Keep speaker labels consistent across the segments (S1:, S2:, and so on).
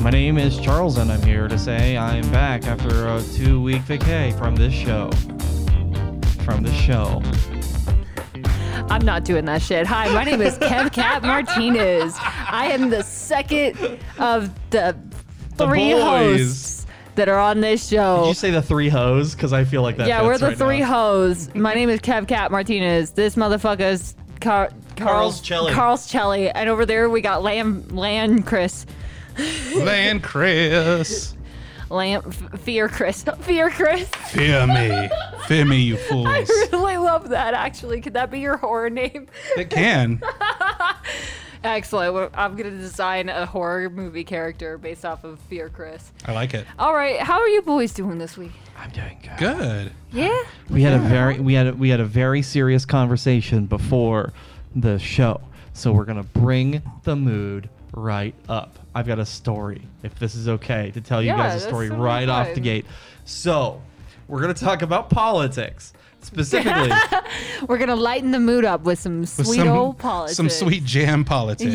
S1: My name is Charles, and I'm here to say I am back after a two week vacay from this show. From this show.
S2: I'm not doing that shit. Hi, my name is Kev Cat Martinez. I am the second of the
S1: The
S2: three
S1: boys.
S2: hosts that are on this
S1: Did
S2: show.
S1: you say the three hoes? Because I feel like that.
S2: yeah, we're
S1: fits
S2: the
S1: right
S2: three
S1: now.
S2: hoes. My name is Kev Cat Martinez. This motherfucker's Car-
S1: Carl's Chelly.
S2: Carl's Chelly. And over there we got Lam Lan Chris.
S3: Land Chris.
S2: Lam F- Fear Chris. Fear Chris.
S3: Fear me. Fear me, you fools.
S2: I really love that actually. Could that be your horror name?
S3: It can.
S2: Excellent. Well, I'm going to design a horror movie character based off of Fear Chris.
S3: I like it.
S2: All right, how are you boys doing this week?
S1: I'm doing good.
S3: Good.
S2: Yeah.
S1: We had a very we had a, we had a very serious conversation before the show, so we're gonna bring the mood right up. I've got a story, if this is okay, to tell you
S2: Yeah,
S1: guys a
S2: that's
S1: story
S2: totally
S1: right off the
S2: fine.
S1: gate. So we're gonna talk about politics specifically.
S2: We're going to lighten the mood up with some
S3: With
S2: sweet
S3: some,
S2: old politics.
S3: Some sweet jam politics.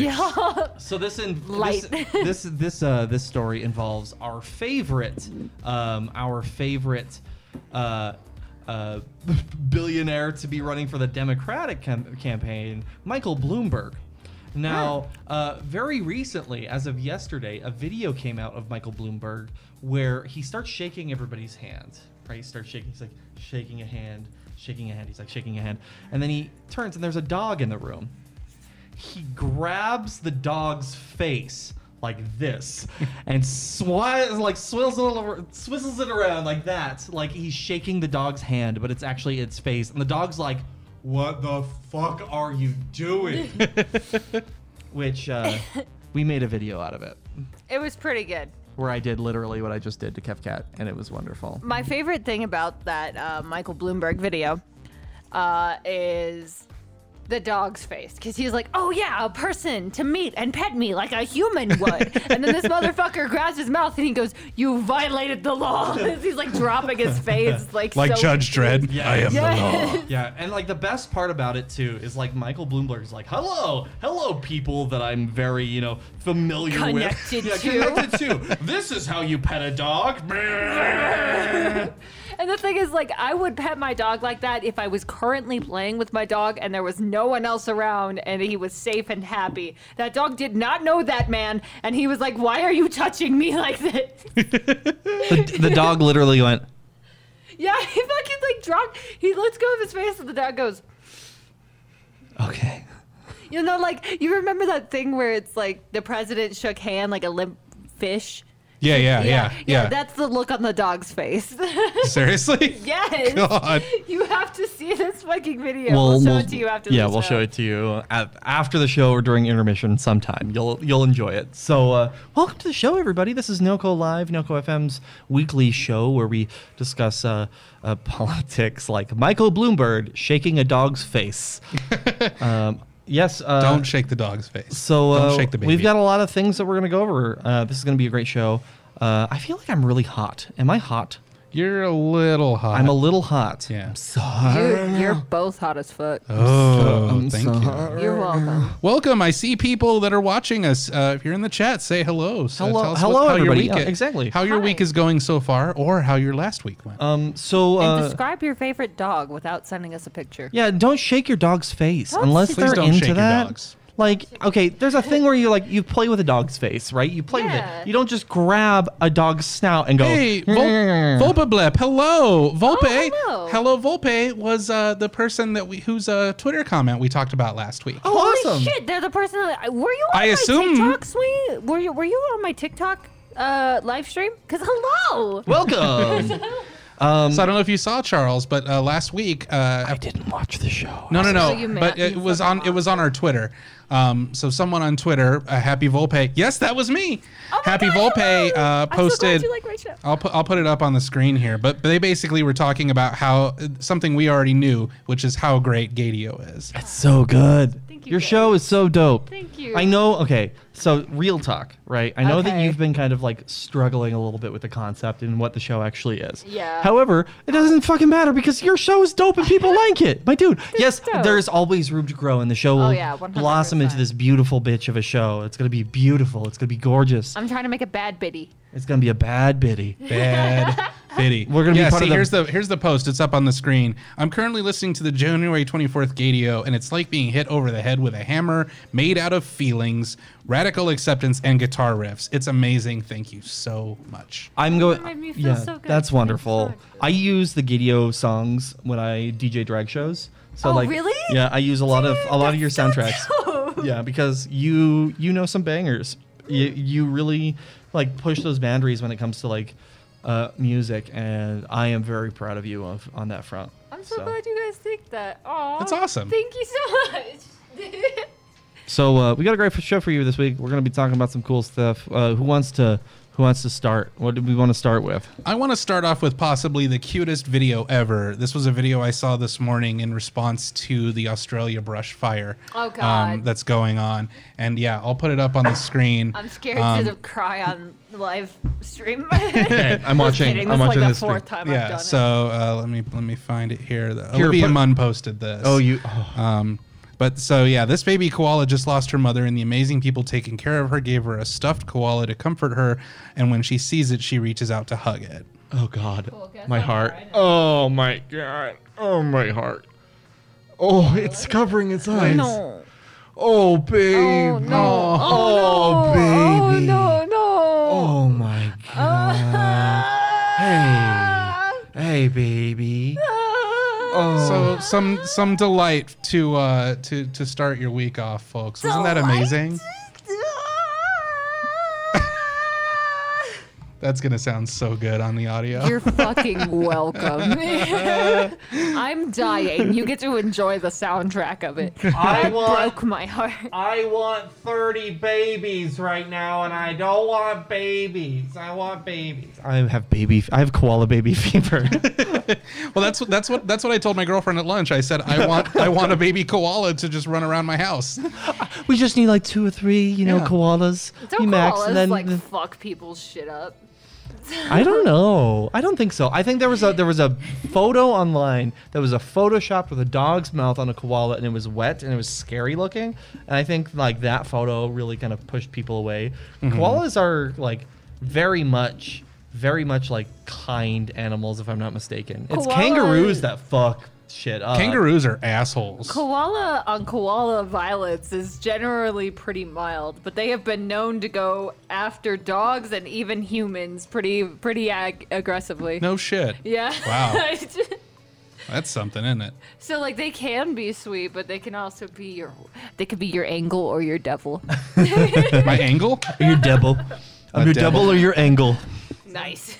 S2: Yeah.
S1: so this in
S2: Light.
S1: this this this, uh, this story involves our favorite um, our favorite uh, uh, billionaire to be running for the Democratic cam- campaign, Michael Bloomberg. Now, uh, very recently, as of yesterday, a video came out of Michael Bloomberg where he starts shaking everybody's hand. Right, he starts shaking. He's like shaking a hand, shaking a hand. He's like shaking a hand, and then he turns and there's a dog in the room he grabs the dog's face like this and swi- like swills it all over, swizzles it around like that like he's shaking the dog's hand but it's actually its face and the dog's like what the fuck are you doing which uh, we made a video out of it
S2: It was pretty good.
S1: where i did literally what i just did to kevcat and it was wonderful
S2: My favorite thing about that uh, Michael Bloomberg video uh, is the dog's face because he's like, "Oh yeah, a person to meet and pet me like a human would," and then this motherfucker grabs his mouth and he goes, "You violated the law." he's like dropping his face, like
S3: Like
S2: so-
S3: Judge Dredd.
S1: Yeah.
S3: I am
S2: Yes.
S3: the law.
S1: Yeah, and like the best part about it too is like Michael Bloomberg's like, "Hello, hello, people that I'm very you know familiar
S2: Connected
S1: with,
S2: to.
S1: yeah, connected to. This is how you pet a dog."
S2: And the thing is, like, I would pet my dog like that if I was currently playing with my dog and there was no one else around and he was safe and happy. That dog did not know that man, and he was like, Why are you touching me like this?
S1: the, the dog literally went.
S2: yeah, he fucking, like, dropped, he lets go of his face, and the dog goes,
S1: Okay.
S2: You know, like, you remember that thing where it's like the president shook hand like a limp fish?
S3: Yeah, yeah, yeah, yeah.
S2: That's the look on the dog's face.
S3: Seriously?
S2: yes.
S3: God.
S2: You have to see this fucking video. We'll, show it to you after
S1: Yeah,
S2: the
S1: we'll
S2: show.
S1: show it to you at, after the show or during intermission sometime. You'll you'll enjoy it. So, uh, welcome to the show, everybody. This is Noco Live, Noco FM's weekly show where we discuss uh, uh, politics, like Michael Bloomberg shaking a dog's face. um, yes. Uh,
S3: Don't shake the dog's face.
S1: So uh,
S3: Don't shake the baby.
S1: we've got a lot of things that we're gonna go over. Uh, this is gonna be a great show. Uh, I feel like I'm really hot. Am I hot?
S3: You're a little hot.
S1: I'm a little hot.
S3: Yeah.
S1: I'm sorry.
S2: Dude, you're both hot as fuck.
S3: Oh, thank you.
S2: You're welcome.
S3: Welcome. I see people that are watching us. Uh, if you're in the chat, say hello. So
S1: Hello-
S3: tell us
S1: hello,
S3: what- how
S1: everybody.
S3: Your
S1: Yeah,
S3: week i-
S1: exactly.
S3: How your
S2: Hi.
S3: week is going so far, or how your last week went.
S1: Um, so uh,
S2: And describe your favorite dog without sending us a picture.
S1: yeah, don't shake your dog's face
S2: Don't
S1: unless
S2: shake-
S1: they're
S3: Please don't
S1: into
S3: shake your
S1: that.
S3: dogs.
S1: Like, okay, there's a thing where you like you play with a dog's face, right? You play with
S2: Yeah.
S1: it. You don't just grab a dog's snout and go.
S3: Hey, Vol- Volpe Blep. Hello, Volpe.
S2: Oh, hello.
S3: Volpe was uh, the person that we whose uh, Twitter comment we talked about last week.
S1: Oh,
S2: Holy
S1: awesome.
S2: shit! They're the person. That, were you on
S3: I
S2: my
S3: assume-
S2: TikTok, Swee? Were you Were you on my TikTok uh, live stream? Because hello.
S1: Welcome. Um,
S3: So I don't know if you saw Charles, but uh, last week, uh,
S1: I didn't watch the show.
S3: no, no,
S2: So Oh, you
S3: no,
S2: ma-
S3: but it
S2: you
S3: was
S2: fucking
S3: on it was on our Twitter. Um, so someone on Twitter, uh, Happy Volpe, yes, that was me.
S2: Oh my
S3: Happy
S2: God,
S3: Volpe
S2: hello!
S3: uh,
S2: I'm so glad
S3: posted.
S2: you like my show.
S3: I'll put I'll put it up on the screen here, but they basically were talking about how uh, something we already knew, which is how great Gadio is.
S1: It's so good.
S2: Thank you,
S1: Your
S2: Gabe.
S1: show is so dope.
S2: Thank you.
S1: I know. Okay, so real talk, right? I know that
S2: Okay.
S1: you've been kind of like struggling a little bit with the concept and what the show actually is.
S2: Yeah.
S1: However, it doesn't fucking matter because your show is dope and people like it, my dude. yes,
S2: dope. Oh,
S1: there's always room to grow, and the show will
S2: yeah, 100%.
S1: blossom into this beautiful bitch of a show. It's gonna be beautiful. It's gonna be gorgeous.
S2: I'm trying to make a bad biddy.
S1: it's gonna be a bad bitty.
S3: Bad bitty.
S1: We're gonna be
S3: yeah,
S1: part of
S3: see,
S1: the-
S3: here's the here's the post. It's up on the screen. I'm currently listening to the January 24th Gadio, and it's like being hit over the head with a hammer made out of feelings, radical acceptance, and guitar riffs. It's amazing. Thank you so much.
S1: I'm going.
S2: made me feel
S1: Yeah,
S2: so good.
S1: that's
S2: Thanks
S1: wonderful.
S2: so much.
S1: I use the Gideo songs when I DJ drag shows. So
S2: Oh,
S1: like,
S2: really?
S1: Yeah, I use a lot of a lot of your soundtracks.
S2: dope.
S1: Yeah, because you you know some bangers. You you really like push those boundaries when it comes to like uh, music, and I am very proud of you of, on that front.
S2: I'm so, glad you guys think that. Aw.
S3: That's awesome.
S2: Thank you so much.
S1: So uh, we got a great f- show for you this week. We're gonna be talking about some cool stuff. Uh, who wants to Who wants to start? What do we want to start with?
S3: I want to start off with possibly the cutest video ever. This was a video I saw this morning in response to the Australia brush fire um,
S2: Oh, God.
S3: that's going on. And yeah, I'll put it up on the screen.
S2: I'm scared
S3: Um,
S2: to cry on live stream. I'm
S1: I'm watching.
S2: Kidding.
S1: I'm
S2: this is
S1: watching
S2: like
S1: this.
S2: the fourth time I've
S3: yeah,
S2: done
S3: so uh, let me let me find it here. The,
S1: Here,
S3: Olivia
S1: put-
S3: Munn posted this.
S1: Oh, you.
S3: Um, but so yeah, this baby koala just lost her mother, and the amazing people taking care of her gave her a stuffed koala to comfort her. And when she sees it, she reaches out to hug it.
S1: Oh God,
S2: guess
S1: my
S2: I'm
S1: heart.
S2: alright.
S1: Oh my God. Oh my heart. Oh, it's covering its eyes.
S2: it. No.
S1: Oh babe.
S2: Oh no. Oh,
S1: Oh,
S2: no.
S1: baby.
S2: Oh no. No.
S1: Oh my God. hey. Hey, baby. Oh.
S3: So some some delight to uh, to to start your week off, folks. Isn't that amazing? That's gonna sound so good on the audio.
S2: You're fucking welcome. I'm dying. You get to enjoy the soundtrack of it.
S1: I
S2: That
S1: want-
S2: broke my heart.
S1: I want 30 babies right now, and I don't want babies. I want babies. I have baby. I have koala baby fever.
S3: well, that's what that's what that's what I told my girlfriend at lunch. I said I want I want a baby koala to just run around my house.
S1: we just need like two or three, you know,
S3: Yeah.
S1: koalas.
S2: Don't
S1: you max,
S2: call us
S1: and then
S2: like fuck people's shit up.
S1: I don't know. I don't think so. I think there was a there was a photo online that was a photoshopped with a dog's mouth on a koala, and it was wet and it was scary looking. And I think like that photo really kind of pushed people away. Koalas are like very much, very much like kind animals, if I'm not mistaken. It's
S2: Koalas-
S1: kangaroos that fuck shit up.
S3: Kangaroos are assholes.
S2: Koala on koala violence is generally pretty mild, but they have been known to go after dogs and even humans pretty pretty ag- aggressively.
S3: No shit.
S2: Yeah.
S3: Wow. That's something, isn't it?
S2: so like they can be sweet, but they can also be your they could be your angle or your devil.
S3: My angle?
S1: Or your devil. I'm
S3: A
S1: your
S3: devil.
S1: devil or your angle.
S2: nice.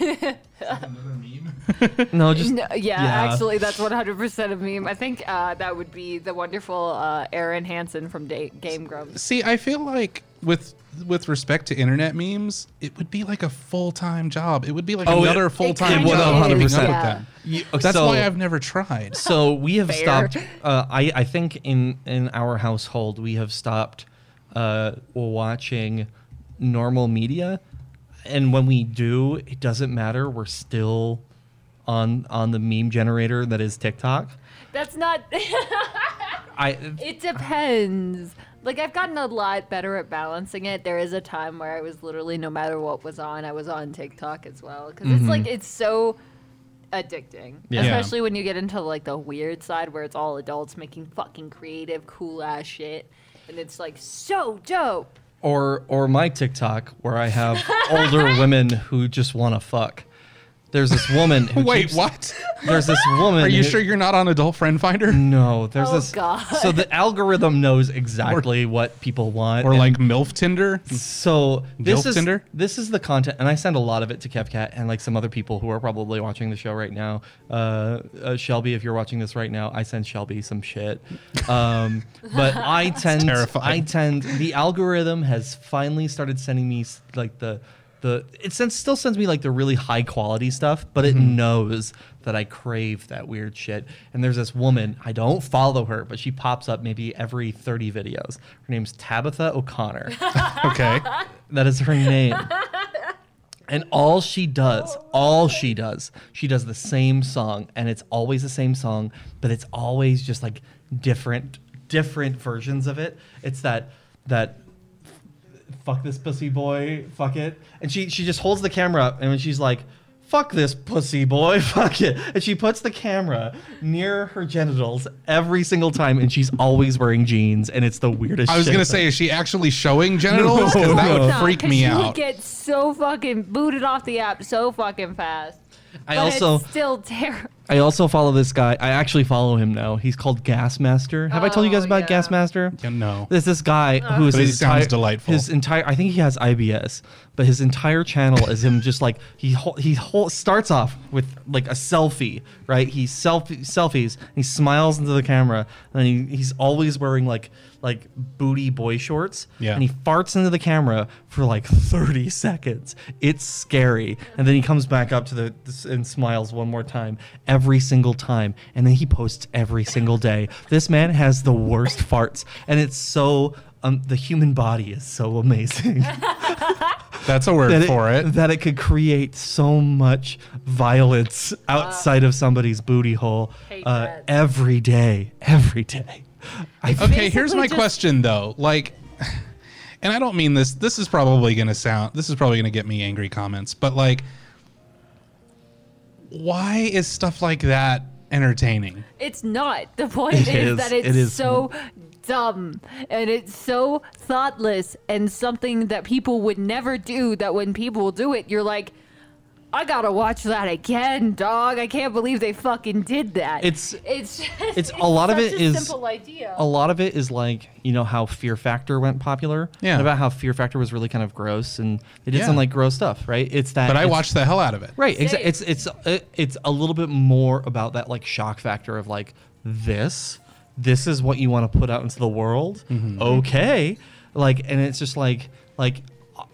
S1: No, just
S2: No, yeah,
S1: Yeah.
S2: actually, that's 100% of meme. I think uh, that would be the wonderful uh, Aaron Hansen from da- Game Grumps.
S3: See, I feel like with with respect to internet memes, it would be like a full time job. It would be like
S1: Oh, it-
S3: another
S1: it
S3: full
S2: kind
S3: time
S2: of
S3: job.
S2: is,
S3: keeping up with
S2: yeah.
S3: them.
S1: You-
S3: That's
S1: so-
S3: why I've never tried.
S1: So we have
S2: Fair.
S1: stopped. Uh, I I think in in our household we have stopped uh, watching normal media, and when we do, it doesn't matter. We're still on on the meme generator that is TikTok.
S2: That's not.
S1: I
S2: It depends. Like I've gotten a lot better at balancing it. There is a time where I was literally no matter what was on, I was on TikTok as well because it's like
S3: Mm-hmm.
S2: it's so addicting,
S1: Yeah.
S2: especially when you get into like the weird side where it's all adults making fucking creative, cool ass shit, and it's like so dope.
S1: or or my TikTok where I have older women who just want to fuck. There's this woman. Who
S3: Wait,
S1: keeps-
S3: what?
S1: There's this woman.
S3: Are you
S1: who-
S3: sure you're not on Adult Friend Finder?
S1: No, there's
S2: Oh,
S1: this.
S2: God.
S1: So the algorithm knows exactly what people want.
S3: Or
S1: and
S3: like MILF Tinder?
S1: so this
S3: Guilt
S1: is
S3: Tinder?
S1: this is the content, and I send a lot of it to KevCat and like some other people who are probably watching the show right now. Uh, uh, Shelby, if you're watching this right now, I send Shelby some shit. Um, but I tend,
S3: terrifying.
S1: I tend, the algorithm has finally started sending me s- like the the it sends still sends me like the really high quality stuff, but it
S3: Mm-hmm.
S1: knows that I crave that weird shit. And there's this woman I don't follow her, but she pops up maybe every 30 videos. Her name's Tabitha O'Connor.
S3: Okay.
S1: That is her name. and all she does,
S2: Oh.
S1: all she does, she does the same song, and it's always the same song, but it's always just like different, different versions of it. It's that that fuck this pussy boy, fuck it, and she she just holds the camera up, and when she's like. Fuck this pussy boy, fuck it. And she puts the camera near her genitals every single time, and she's always wearing jeans, and it's the weirdest
S3: I was
S1: shit.
S3: gonna say, is she actually showing genitals? 'Cause that would
S2: No,
S3: freak
S2: 'cause
S3: me
S2: you
S3: out.
S2: get so fucking booted off the app so fucking fast.
S1: I
S2: But it's
S1: also-
S2: still terrible.
S1: I also follow this guy. I actually follow him now. He's called Gasmaster. Have I told you guys
S2: Oh,
S1: about
S2: yeah. Uh-huh.
S1: Gasmaster?
S3: Yeah, no.
S1: There's this guy who's
S3: But he sounds delightful.
S1: His entire I think he has IBS, but his entire channel is him just like he hol- he hol- starts off with like a selfie, right? He self selfies, and he smiles into the camera, and he, he's always wearing like like booty boy shorts.
S3: Yeah.
S1: And he farts into the camera for like 30 seconds. It's scary. And then he comes back up to the this- and smiles one more time every single time. And then he posts every single day. This man has the worst farts. And it's so um, the human body is so amazing
S3: That's a word
S1: that
S3: for it.
S1: that it could create so much violence outside of somebody's booty hole
S2: Hate
S1: uh,
S2: that.
S1: every day, every day. I
S3: Okay, here's
S2: basically
S3: my
S2: just-
S3: question though. Like, and I don't mean this. This is probably gonna sound. This is probably gonna get me angry comments. But like, why is stuff like that entertaining?
S2: It's not. The point
S1: It
S2: is
S1: is.
S2: that it's
S1: It is.
S2: so dumb and it's so thoughtless and something that people would never do that when people do it you're like I got to watch that again, dog. I can't believe they fucking did that.
S1: It's-
S2: it's just,
S1: it's a lot of
S2: such
S1: it
S2: a
S1: is
S2: simple idea.
S1: a lot of it is like you know how Fear Factor went popular,
S3: Yeah.
S1: and about how Fear Factor was really kind of gross and they did
S3: Yeah.
S1: some like gross stuff, right? It's that,
S3: But I
S1: it's-
S3: watched the hell out of it.
S1: right? Exa-
S2: Same.
S1: it's it's it- it's a little bit more about that like shock factor of like this, this is what you want to put out into the world,
S3: Mm-hmm.
S1: okay? Like, and it's just like like.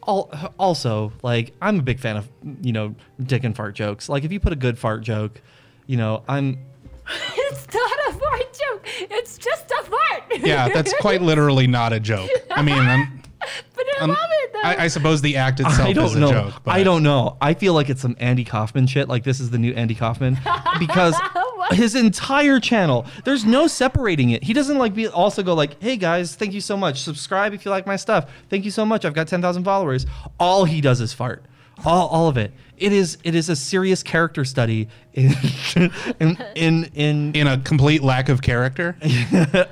S1: al- Also, like I'm a big fan of you know dick and fart jokes. Like if you put a good fart joke, you know I'm
S2: it's not a fart joke. It's just a fart.
S3: Yeah, that's quite literally not a joke. I mean, I'm,
S2: but I
S1: Um,
S3: I'm-
S2: love it though.
S3: I, I suppose the act itself
S1: I
S3: is
S1: don't
S3: a
S1: know.
S3: joke.
S1: I don't know. I feel like it's some Andy Kaufman shit. Like this is the new Andy Kaufman because his entire channel. There's no separating it. He doesn't like be also go like, "Hey guys, thank you so much. Subscribe if you like my stuff. Thank you so much. I've got ten thousand followers." All he does is fart. All, all of it. It is it is a serious character study in in in, in
S3: In a complete lack of character.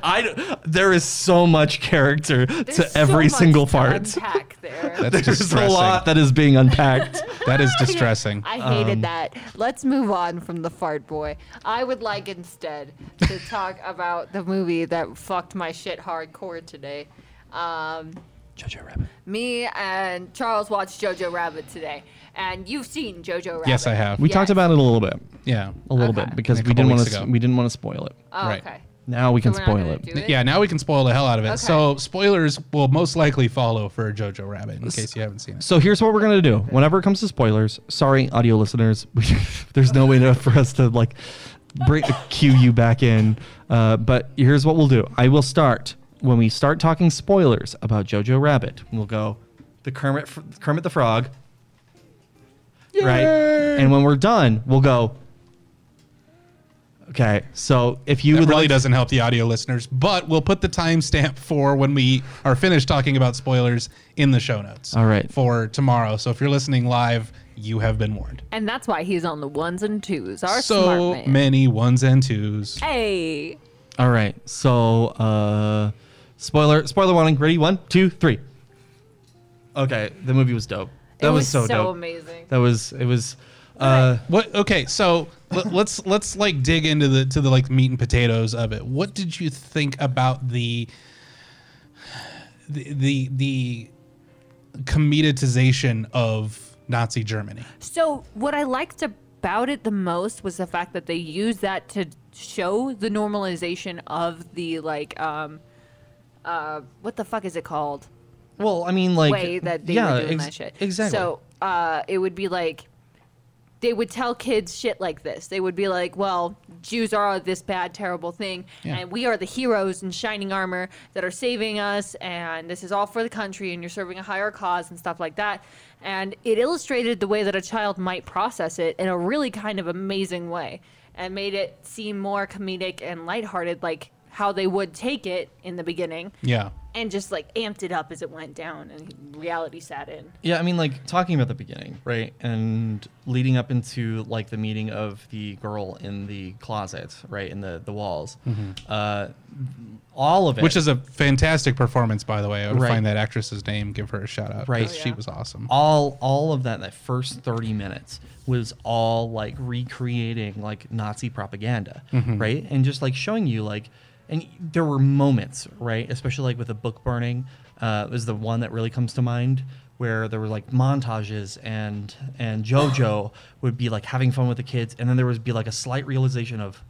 S1: I don't- there is so much character
S2: There's
S1: to every
S2: so much
S1: single
S2: to
S1: fart.
S2: unpack there.
S3: That's
S1: There's a
S3: distressing.
S1: lot that is being unpacked.
S3: that is distressing.
S2: I
S1: Um,
S2: hated that. Let's move on from the fart boy. I would like instead to talk about the movie that fucked my shit hardcore today. Um,
S1: Jojo Rabbit.
S2: me and Charles watched Jojo Rabbit today, and you've seen Jojo Rabbit.
S3: yes, I have.
S1: We talked
S2: Yes.
S1: about it a little bit,
S3: yeah.
S1: a little
S2: Okay.
S1: bit, because
S3: A
S1: we
S3: couple
S1: didn't want
S3: weeks
S1: to.
S3: ago.
S1: We didn't want to spoil it.
S2: Oh,
S3: Right.
S2: okay.
S1: Now we
S2: So
S1: can
S2: we're not
S1: spoil
S2: gonna
S1: it.
S2: do it?
S3: Yeah, now we can spoil the hell out of it.
S2: Okay.
S3: So spoilers will most likely follow for Jojo Rabbit in case you haven't seen it.
S1: So here's what we're gonna do. Whenever it comes to spoilers, sorry, audio listeners, there's no way to, for us to like break cue you back in. Uh, but here's what we'll do. I will start when we start talking spoilers about Jojo Rabbit. We'll go the Kermit fr- Kermit the Frog, right? And when we're done, we'll go. Okay, so if you
S3: It
S1: would
S3: really
S1: like,
S3: doesn't help the audio listeners, but we'll put the timestamp for when we are finished talking about spoilers in the show notes.
S1: All right.
S3: For tomorrow. So if you're listening live, you have been warned.
S2: And that's why he's on the ones and twos. Our
S3: so
S2: smart man.
S3: many ones and twos.
S2: Hey.
S1: All right. So, uh, spoiler spoiler warning. Ready? One, two, three. Okay, the movie was dope. That
S2: it
S1: was, so dope.
S2: amazing.
S1: That was it was Uh,
S3: What? Okay, so l- let's let's like dig into the to the like meat and potatoes of it. What did you think about the the the, the comeditization of Nazi Germany?
S2: So what I liked about it the most was the fact that they used that to show the normalization of the like um uh what the fuck is it called?
S1: well, I mean, like,
S2: way that they
S1: yeah,
S2: were doing
S1: ex-
S2: that shit.
S1: Exactly.
S2: So uh, it would be like they would tell kids shit like this. They would be like, "Well, Jews are this bad, terrible thing,
S3: Yeah.
S2: and we are the heroes in shining armor that are saving us, and this is all for the country, and you're serving a higher cause and stuff like that." And it illustrated the way that a child might process it in a really kind of amazing way, and made it seem more comedic and lighthearted, like how they would take it in the beginning
S3: Yeah.
S2: and just like amped it up as it went down and reality sat in.
S1: Yeah, I mean, like talking about the beginning, right, and leading up into like the meeting of the girl in the closet, right, in the the walls, uh, all of it,
S3: Mm-hmm. Which is a fantastic performance, by the way. I would
S1: Right.
S3: find that actress's name, give her a shout out.
S1: Right.
S3: 'cause
S1: Oh,
S3: She
S2: yeah.
S3: was awesome.
S1: all all of that. That first thirty minutes was all like recreating like Nazi propaganda, right, and just like showing you like, and there were moments, right, especially like with the book burning, uh, was the one that really comes to mind. Where there were like montages and and JoJo would be like having fun with the kids, and then there would be like a slight realization of,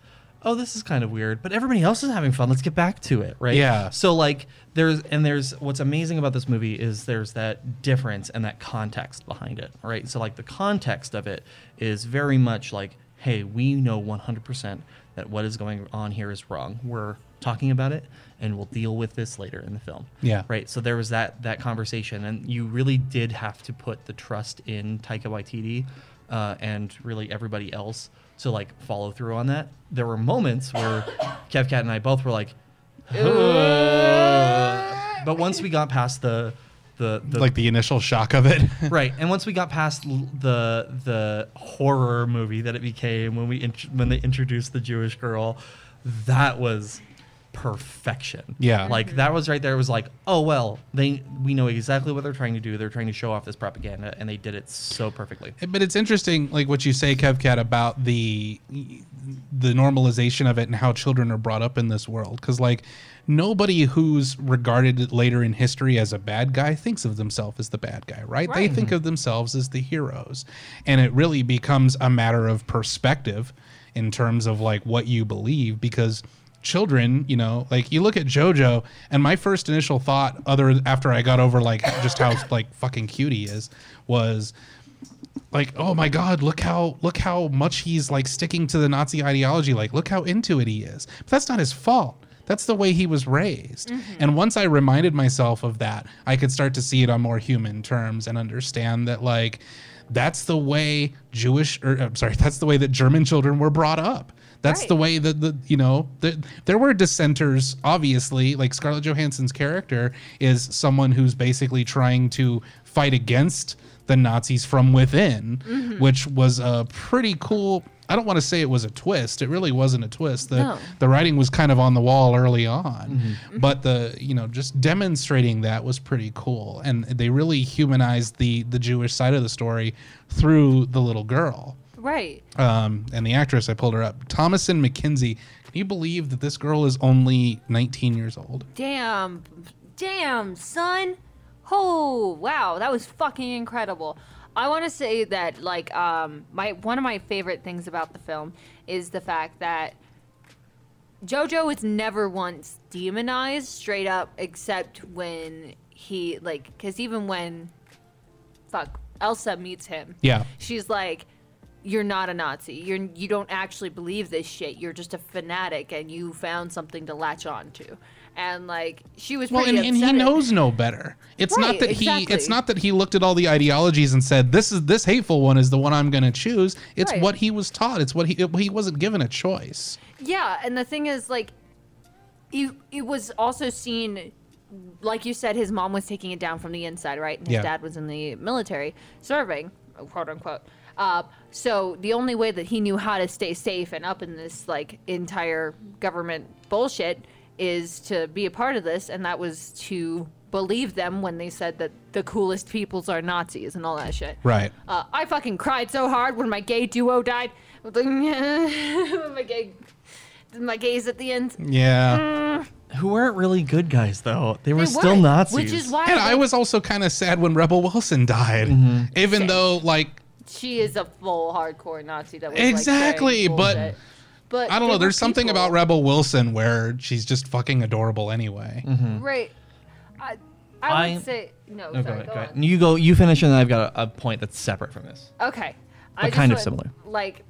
S1: oh, this is kind of weird, but everybody else is having fun. Let's get back to it, right?
S3: Yeah.
S1: So like there's and there's what's amazing about this movie is there's that difference and that context behind it, right? So like the context of it is very much like, hey, we know 100% that what is going on here is wrong. We're talking about it and we'll deal with this later in the film.
S3: Yeah.
S1: Right. So there was that that conversation and you really did have to put the trust in Taika Waititi uh, and really everybody else to like follow through on that. There were moments where Kev Cat and I both were like, but once we got past the the, the
S3: like the initial shock of it.
S1: right and once we got past l- the the horror movie that it became when we int- when they introduced the Jewish girl that was perfection
S3: Yeah.
S1: like that was right there it was like oh well they we know exactly what they're trying to do they're trying to show off this propaganda and they did it so perfectly
S3: But it's interesting, like what you say, Kevcat, about the the normalization of it and how children are brought up in this world. Because like nobody who's regarded later in history as a bad guy thinks of themselves as the bad guy, right? They think of themselves as the heroes, and it really becomes a matter of perspective in terms of like what you believe because children you know like you look at jojo and my first initial thought other after i got over like just how like fucking cute he is was like oh my god look how look how much he's like sticking to the nazi ideology like look how into it he is but that's not his fault that's the way he was raised and once i reminded myself of that i could start to see it on more human terms and understand that like that's the way jewish or i'm sorry that's the way that german children were brought up that's the
S2: Right.
S3: way that the you know that there were dissenters obviously like scarlett johansson's character is someone who's basically trying to fight against the nazis from within
S2: Mm-hmm.
S3: which was a pretty cool i don't want to say it was a twist it really wasn't a twist the,
S2: No. Mm-hmm.
S3: the writing was kind of on the wall early on but the you know just demonstrating that was pretty cool and they really humanized the the jewish side of the story through the little girl
S2: Right.
S3: um, and the actress I pulled her up, Thomason McKenzie. Can you believe that this girl is only 19 years old?
S2: Damn. Damn, son. Oh, wow. That was fucking incredible. I want to say that like um my one of my favorite things about the film is the fact that Jojo is never once demonized straight up except when he like cuz even when fuck Elsa meets him.
S3: Yeah,
S2: She's like, "You're not a Nazi. You're you don't actually believe this shit. You're just a fanatic, and you found something to latch on to." And like, she was
S3: well, and,
S2: pretty
S3: and he
S2: upset at-
S3: knows no better. It's not
S2: Right,
S3: that he.
S2: exactly.
S3: It's not that he looked at all the ideologies and said, "This is this hateful one is the one I'm going to choose." It's
S2: Right.
S3: what he was taught. It's what he it, he wasn't given a choice.
S2: Yeah, and the thing is, like, it, it was also seen, like you said, his mom was taking it down from the inside, right? And his
S3: Yeah.
S2: dad was in the military serving, quote unquote. Uh, so the only way that he knew how to stay safe and up in this like entire government bullshit is to be a part of this, and that was to believe them when they said that the coolest peoples are Nazis and all that shit.
S3: Right.
S2: Uh, I fucking cried so hard when my gay duo died. I was like, my gay, my gays at the end. They
S3: Yeah.
S2: Mm,
S1: Who weren't really good guys though. They were still
S2: weren't,
S1: Nazis.
S2: which is why
S3: And I
S2: they-
S3: was also kind of sad when Rebel Wilson died, even though like
S2: she is a full hardcore Nazi. That was
S3: Exactly,
S2: like,
S3: but-
S2: sharing bullshit. but
S3: I don't
S2: they
S3: know.
S2: were
S3: There's something
S2: people.
S3: about Rebel Wilson where she's just fucking adorable anyway.
S2: right. I, I
S1: I-
S2: would say
S1: No,
S2: no. sorry,
S1: Oh, go ahead,
S2: go
S1: go ahead.
S2: on.
S1: You go. You finish, and then I've got a, a point that's separate from this.
S2: Okay.
S1: But kind of
S2: want-
S1: similar.
S2: Like,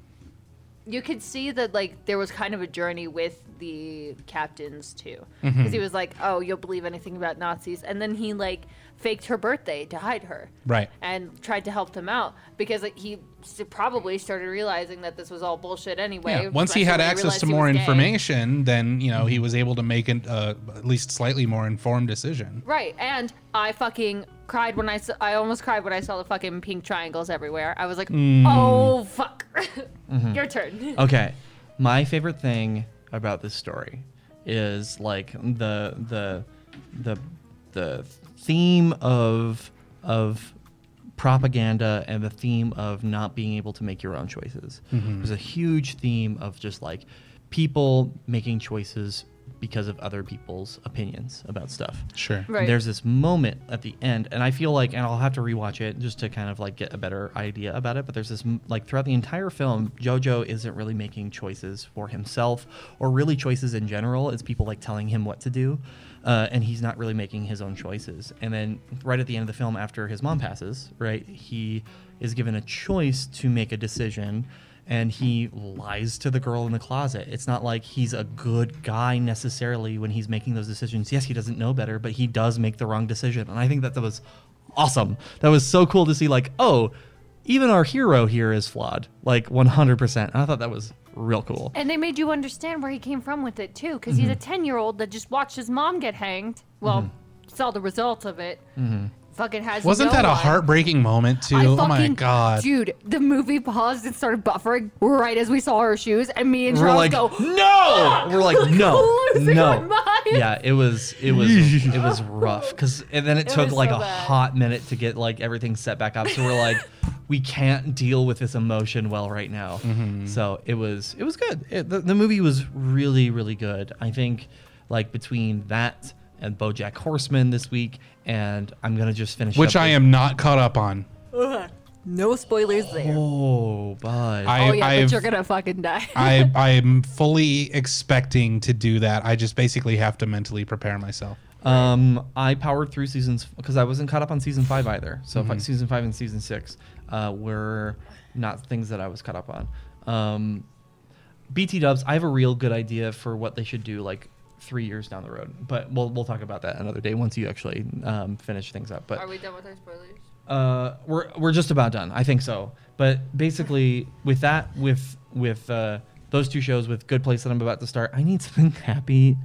S2: you could see that like there was kind of a journey with the captains too,
S3: Mm-hmm.
S2: because he was like, "Oh, you'll believe anything about Nazis," and then he like faked her birthday to hide her,
S3: Right.
S2: And tried to help them out because like, he s- probably started realizing that this was all bullshit anyway.
S3: Yeah. Once
S2: especially
S3: he had
S2: when
S3: access
S2: realized
S3: to
S2: he
S3: more
S2: was gay.
S3: information, then you know he was able to make an uh, at least slightly more informed decision.
S2: Right, and I fucking cried when I saw, I almost cried when I saw the fucking pink triangles everywhere. I was like,
S3: Mm.
S2: "Oh fuck."
S3: Mm-hmm.
S2: Your turn.
S1: Okay. My favorite thing about this story is like the the the the theme of of propaganda and the theme of not being able to make your own choices. There's a huge theme of just like people making choices because of other people's opinions about stuff.
S3: Sure.
S2: Right.
S1: There's this moment at the end, and I feel like, and I'll have to rewatch it just to kind of like get a better idea about it. But there's this, m- like, throughout the entire film, JoJo isn't really making choices for himself or really choices in general. It's people like telling him what to do, uh, and he's not really making his own choices. And then right at the end of the film, after his mom passes, right, he is given a choice to make a decision and he lies to the girl in the closet. It's not like he's a good guy necessarily when he's making those decisions. Yes, he doesn't know better, but he does make the wrong decision. And I think that that was awesome. That was so cool to see like, oh, even our hero here is flawed, like 100%. And I thought that was real cool.
S2: And they made you understand where he came from with it too, because
S3: Mm-hmm.
S2: he's a ten-year-old that just watched his mom get hanged. Well, saw the result of it. Fucking has.
S3: Mm-hmm. Wasn't
S2: no
S3: that a
S2: one.
S3: heartbreaking moment too?
S2: I
S3: oh my
S2: fucking-
S3: god.
S2: dude! The movie paused and started buffering right as we saw her shoes, and me and
S1: We're
S2: Charles
S1: like,
S2: go,
S1: no. We're like, no,
S2: I'm losing
S1: no.
S2: my mind.
S1: Yeah, it was, it was, it was rough. Cause, and then it, took
S2: was
S1: like
S2: so
S1: a
S2: bad.
S1: hot minute to get like everything set back up. So we're like, we can't deal with this emotion well right now.
S3: Mm-hmm.
S1: So it was, it was good. It, the, the movie was really, really good. I think like between that and BoJack Horseman this week, and I'm gonna just finish.
S3: Which
S1: up
S3: I
S1: with-
S3: am not caught up on.
S2: "No spoilers there."
S1: Oh, bud.
S3: I,
S2: Oh yeah,
S3: I've,
S2: but you're gonna fucking die.
S3: I I'm fully expecting to do that. I just basically have to mentally prepare myself.
S1: Um, I powered through seasons because I wasn't caught up on season five either. So fi- season five and season six uh, were not things that I was caught up on. Um, BT Dubs, I have a real good idea for what they should do like three years down the road, but we'll we'll talk about that another day once you actually um, finish things up. But
S2: Are we done with our spoilers?
S1: uh, we're we're just about done. I think so. But basically, with that, with with uh, those two shows, with Good Place that I'm about to start, I need something happy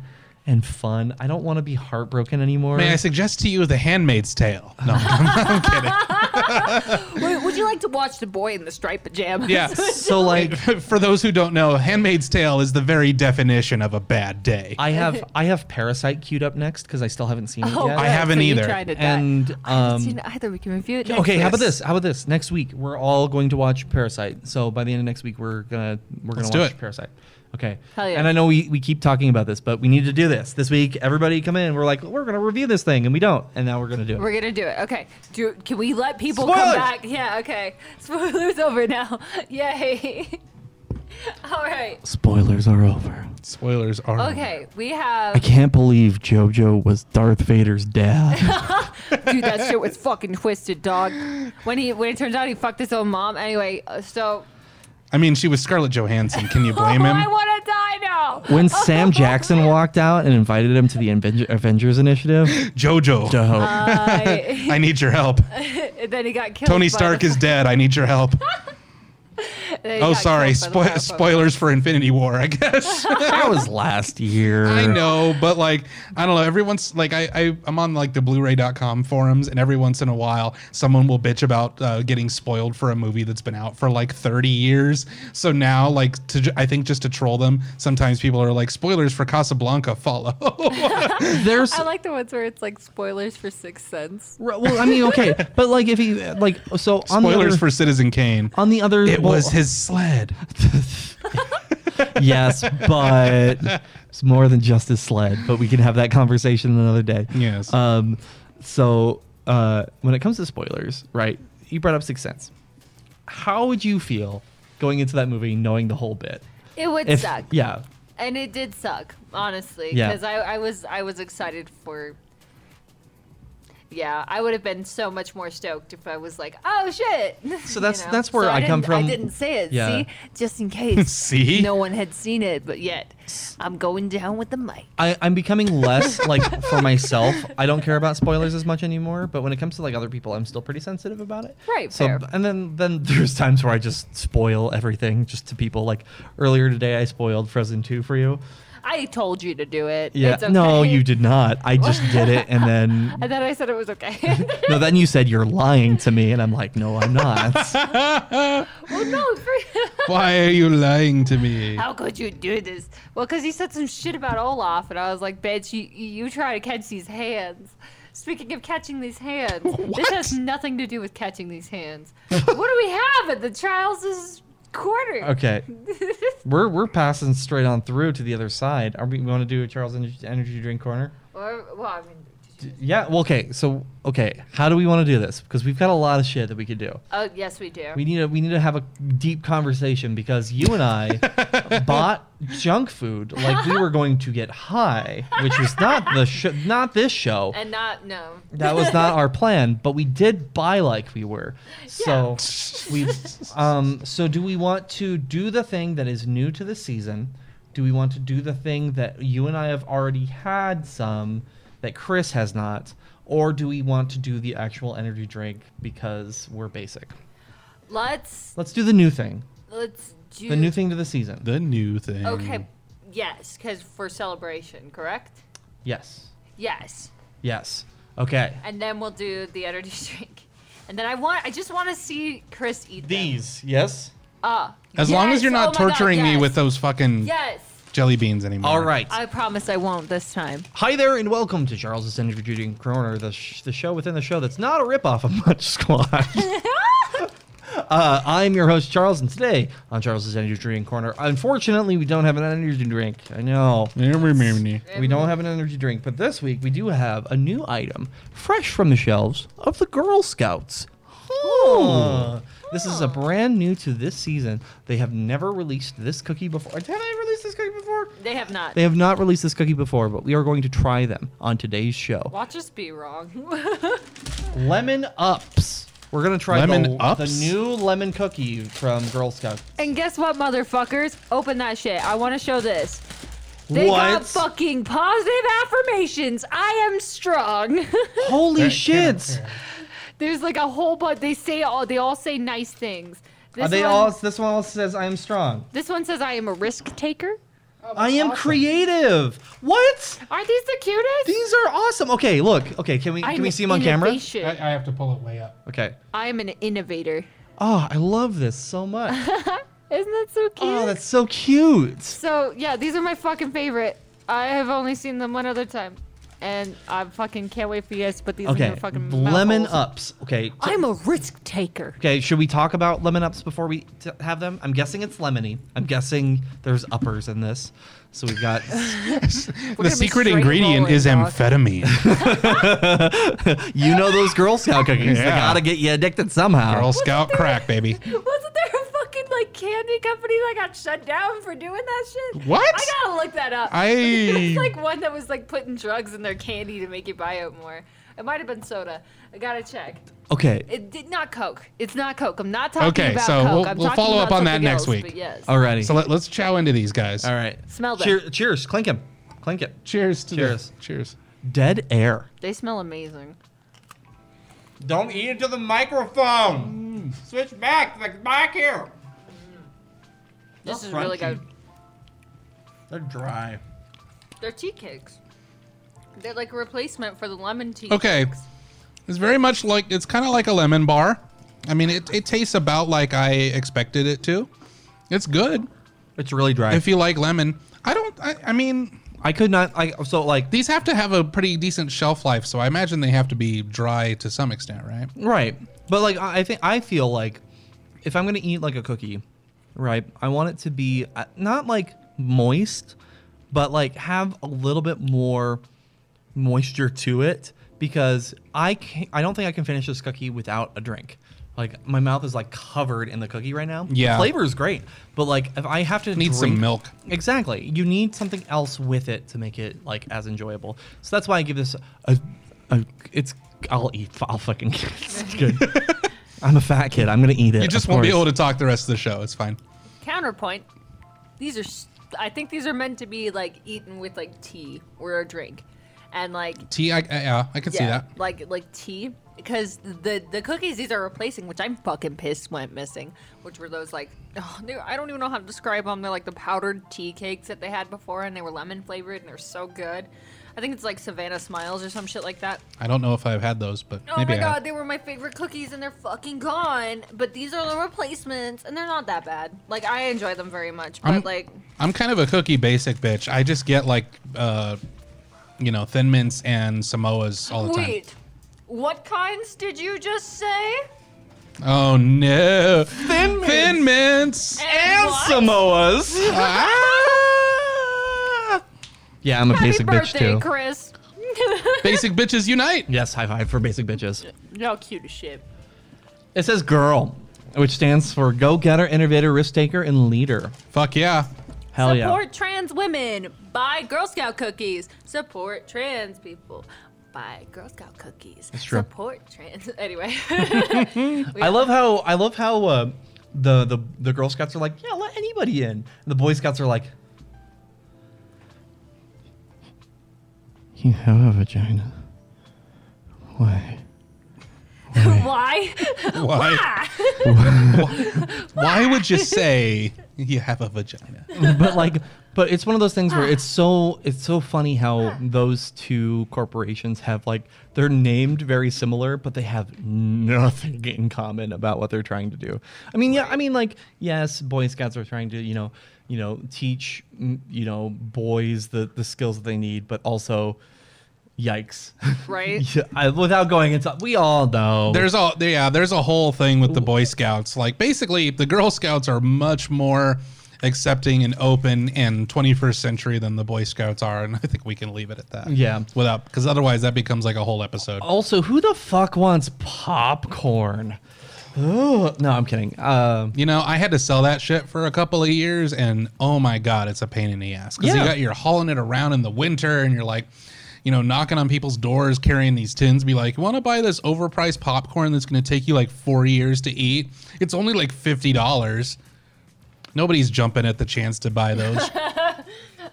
S1: and fun. I don't want to be heartbroken anymore.
S3: May I suggest to you The Handmaid's Tale? No.
S2: Wait, would you like to watch the boy in the striped pajamas?
S3: yeah.
S1: so like,
S3: For those who don't know, Handmaid's Tale is the very definition of a bad day.
S1: I have I have Parasite queued up next because I still haven't seen it
S2: Oh,
S1: yet.
S3: I
S2: good,
S3: haven't
S2: so you
S3: either.
S2: tried to die.
S1: and
S2: I haven't
S1: um,
S2: seen it either. We can review it. next
S1: okay, how about
S2: week.
S1: this? How about this? Next week we're all going to watch Parasite. So by the end of next week we're gonna we're gonna
S3: Let's do
S1: watch
S3: it.
S1: Parasite. Okay.
S2: Hell yeah.
S1: And I know we, we keep talking about this, but we need to do this this week. Everybody come in. We're like we're gonna review this thing, and we don't. And now we're gonna do it.
S2: We're gonna do it. Okay. Do can we let people
S1: Spoilers!
S2: come back? Yeah. Okay. Spoilers over now. Yay. All right.
S1: Spoilers are over.
S3: Spoilers are.
S2: Okay. We
S1: I
S2: have.
S1: can't believe JoJo was Darth Vader's dad.
S2: Dude, that shit was fucking twisted, dog. When he when it turns out he fucked his own mom. Anyway, uh, so.
S3: I mean, she was Scarlett Johansson. Can you blame
S2: oh,
S3: him?
S2: I want to die now.
S1: when Sam Jackson walked out and invited him to the Avenger- Avengers Initiative,
S3: Jojo,
S1: Joe.
S2: Uh, I-
S3: I need your help.
S2: and then he got killed.
S3: Tony
S2: by
S3: Stark
S2: the-
S3: is dead. I need your help.
S2: They
S3: Oh,
S2: got
S3: sorry.
S2: killed by the
S3: Spo-
S2: Firefly.
S3: spoilers for Infinity War, I guess.
S1: that was last year.
S3: I know, but like, I don't know. Everyone's like, I, I, I'm on like the Blu-ray.com forums, and every once in a while, someone will bitch about uh, getting spoiled for a movie that's been out for like 30 years. So now, like, to ju- I think just to troll them, sometimes people are like, spoilers for Casablanca follow.
S1: There's
S4: I like the ones where it's like spoilers for Sixth Sense.
S1: r- well, I mean, okay, but like if he like so on the
S3: spoilers
S1: other,
S3: for Citizen Kane.
S1: on the other
S3: It
S1: well,
S3: was his sled.
S1: yes, but it's more than just his sled. But we can have that conversation another day.
S3: Yes.
S1: Um, so uh, when it comes to spoilers, right? You brought up Sixth Sense. How would you feel going into that movie knowing the whole bit?
S2: It would
S1: If-
S2: suck.
S1: Yeah.
S2: and it did suck, honestly,
S1: Yeah.
S2: because I, I was I was excited for. Yeah, I would have been so much more stoked if I was like, "Oh shit!"
S1: So that's- that's where
S2: So
S1: I come
S2: didn't-
S1: from.
S2: I didn't say it.
S1: Yeah.
S2: See, just in case.
S3: See?
S2: no one had seen it, but yet I'm going down with the mic.
S1: I, I'm becoming less like for myself. I don't care about spoilers as much anymore. But when it comes to like other people, I'm still pretty sensitive about it.
S2: Right,
S1: So
S2: fair.
S1: and then then there's times where I just spoil everything just to people. Like earlier today, I spoiled Frozen Two for you.
S2: I told you to do it.
S1: Yeah.
S2: It's okay.
S1: No, you did not. I just did it, and then
S2: And then I said it was okay.
S1: no. Then you said you're lying to me, and I'm like, no, I'm not.
S2: well, Oh, no. For-
S3: Why are you lying to me?
S2: How could you do this? Well, because he said some shit about Olaf, and I was like, bitch, you, you try to catch these hands. Speaking of catching these hands, this has nothing to do with catching these hands. what do we have at the Charles's quarter?
S1: okay. We're we're passing straight on through to the other side. Are we, we want to do a Charles Energy, Energy Drink Corner?
S2: Or, well, I mean, did you-
S1: Yeah. Well, okay. So, okay. How do we want to do this? Because we've got a lot of shit that we could do.
S2: oh, yes, we do.
S1: We need to we need to have a deep conversation because you and I bought junk food like we were going to get high, which was not the sh- not this show.
S2: and not, no.
S1: That was not our plan, but we did buy like we were. So we um so do we want to do the thing that is new to the season? Do we want to do the thing that you and I have already had some that Chris has not? Or do we want to do the actual energy drink because we're basic?
S2: Let's,
S1: Let's do the new thing.
S2: let's do.
S1: The new thing to the season.
S3: The new thing.
S2: Okay, yes, because for celebration, correct?
S1: Yes.
S2: Yes.
S1: Yes. Okay.
S2: And then we'll do the energy drink. And then I want, I just want to see Chris eat them.
S1: These. Yes.
S2: Ah,
S3: As long as
S2: yes,
S3: you're
S2: oh
S3: not
S2: my God,
S3: torturing me
S2: yes.
S3: with those fucking
S2: Yes.
S3: jelly beans anymore.
S1: All right.
S2: I promise I won't this time.
S1: Hi there, and welcome to Charles's Energy Drink Corner, the, sh- the show within the show that's not a ripoff of Munch Squad. uh, I'm your host, Charles, and today on Charles's Energy Drink Corner, unfortunately, we don't have an energy drink. I know. We don't have an energy drink, but this week we do have a new item fresh from the shelves of the Girl Scouts. Huh. This is a brand new to this season. They have never released this cookie before. Have they released this cookie before?
S2: They have not.
S1: They have not released this cookie before, but we are going to try them on today's show.
S2: Watch us be wrong.
S1: Lemon ups. We're gonna try
S3: Lemon
S1: the,
S3: Ups?
S1: the new lemon cookie from Girl Scout.
S2: and guess what, motherfuckers? Open that shit. I want to show this. They got
S1: What?
S2: fucking positive affirmations. I am strong.
S1: Holy shits!
S2: There's like a whole bunch. They say all. They all say nice things. This
S1: Are they
S2: one,
S1: all? This one all says I am strong.
S2: This one says I am a risk taker.
S1: I am creative. What?
S2: Aren't these the cutest?
S1: These are awesome. Okay, look. Okay, can we
S2: I'm
S1: can we
S2: an
S1: see them on camera? Uh,
S2: innovation.
S3: have to pull it way up.
S1: Okay.
S2: I am an innovator.
S1: Oh, I love this so much.
S2: Isn't that so cute?
S1: oh, that's so cute.
S2: So yeah, these are my fucking favorite. I have only seen them one other time, and I fucking can't wait for you guys to put these in
S1: Okay,
S2: your fucking mouth
S1: lemon
S2: holes.
S1: ups. Okay. so-
S2: I'm a risk taker.
S1: Okay, should we talk about lemon ups before we t- have them? I'm guessing it's lemony. I'm guessing there's uppers in this. So we've got
S2: gonna
S3: The
S2: be
S3: secret
S2: straight
S3: ingredient
S2: rolling,
S3: is
S2: dog.
S3: amphetamine.
S1: you know those Girl Scout cookies. They
S3: Yeah.
S1: gotta get you addicted somehow.
S3: Girl Scout crack, baby.
S2: Wasn't there a fucking like candy company that got shut down for doing that shit?
S3: What?
S2: I gotta look that up.
S3: I-
S2: it's like one that was like putting drugs in their candy to make you buy it more. It might have been soda. I gotta check.
S1: okay.
S2: It did not Coke. It's not Coke. I'm not talking
S3: Okay,
S2: about
S3: so
S2: Coke.
S3: we'll-
S2: I'm
S3: we'll
S2: talking
S3: follow up
S2: about
S3: on that
S2: something
S3: next
S2: else,
S3: week.
S2: but yes.
S1: Alrighty.
S3: So let, let's chow into these guys.
S1: All right.
S2: Smell them.
S1: Cheer- cheers. Clink him. Clink it.
S3: Cheers. To the-
S1: Cheers.
S3: cheers.
S1: Dead air.
S2: They smell amazing.
S1: Mm.
S5: Don't eat into the microphone. Switch back, like back here.
S2: This is
S6: crunchy.
S2: really good.
S6: They're dry.
S2: They're tea cakes. They're like a replacement for the lemon tea.
S3: Okay.
S2: cakes.
S3: It's very much like it's kind of like a lemon bar. I mean, it, it tastes about like I expected it to. It's good
S1: It's really dry.
S3: if you like lemon. I don't. I, I mean,
S1: I could not. I so like
S3: these have to have a pretty decent shelf life, so I imagine they have to be dry to some extent, right?
S1: Right. But like I I think I feel like if I'm going to eat like a cookie, right? I want it to be uh, not like moist, but like have a little bit more moisture to it because I can not I don't think I can finish this cookie without a drink. Like my mouth is like covered in the cookie right now.
S3: Yeah.
S1: The flavor is great, but like if I have to
S3: Need some
S1: drink-
S3: milk.
S1: Exactly. You need something else with it to make it like as enjoyable. So that's why I give this a. a it's. I'll eat. I'll fucking. It's good. I'm a fat kid. I'm gonna eat it.
S3: You just
S1: of
S3: won't be
S1: course.
S3: able to talk the rest of the show. It's fine.
S2: Counterpoint. These are. s- I think these are meant to be like eaten with like tea or a drink, and like
S3: Tea, I, I- yeah, I can see that.
S2: like like tea because the the cookies these are replacing, which I'm fucking pissed went missing, which were those like oh, they, I don't even know how to describe them. They're like the powdered tea cakes that they had before, and they were lemon flavored, and they're so good. I think it's like Savannah Smiles or some shit like that.
S3: I don't know if I've had those, but
S2: Oh
S3: maybe
S2: my
S3: I
S2: god,
S3: have.
S2: they were my favorite cookies and they're fucking gone. But these are the replacements and they're not that bad. Like I enjoy them very much, but
S3: I'm-
S2: like
S3: I'm kind of a cookie basic bitch. I just get like, uh, you know, thin mints and Samoas all the time.
S2: wait. What kinds did you just say?
S3: Oh no. Thin mints. Thin mints.
S2: And
S1: Samoas.
S3: Ah!
S1: Yeah, I'm a
S2: Happy
S1: basic bitch
S2: birthday,
S1: too.
S2: Chris.
S3: Basic bitches unite.
S1: Yes, high five for basic bitches.
S2: Y'all cute as shit.
S1: It says girl, which stands for go getter, innovator, risk taker, and leader.
S3: Fuck yeah.
S1: Hell
S2: Support
S1: yeah.
S2: trans women. Buy Girl Scout cookies. Support trans people. Buy Girl Scout cookies. That's
S1: true.
S2: Support trans. Anyway,
S1: I love how I love how uh, the the the Girl Scouts are like, yeah, let anybody in. And the Boy Scouts are like, you have a vagina. Why?
S2: why?
S3: Why? Why would you say you have a vagina?
S1: but like, but it's one of those things where it's so it's so funny how those two corporations have like they're named very similar, but they have nothing in common about what they're trying to do. I mean, yeah, I mean like yes, Boy Scouts are trying to you know you know teach mm, you know boys the the skills that they need, but also. Yikes!
S2: Right?
S1: Yeah, I, without going into, we all know
S3: There's all yeah, there's a whole thing with the Boy Scouts. Like basically the Girl Scouts are much more accepting and open and 21st century than the Boy Scouts are and I think we can leave it at that.
S1: Yeah.
S3: Without cuz otherwise that becomes like a whole episode.
S1: Also, who the fuck wants popcorn? Ugh. No, I'm kidding. Um,
S3: You know, I had to sell that shit for a couple of years, and oh my god, it's a pain in the ass because
S1: Yeah.
S3: you got you're hauling it around in the winter, and you're like, you know, knocking on people's doors carrying these tins, be like, want to buy this overpriced popcorn that's going to take you like four years to eat? It's only like fifty dollars. Nobody's jumping at the chance to buy those,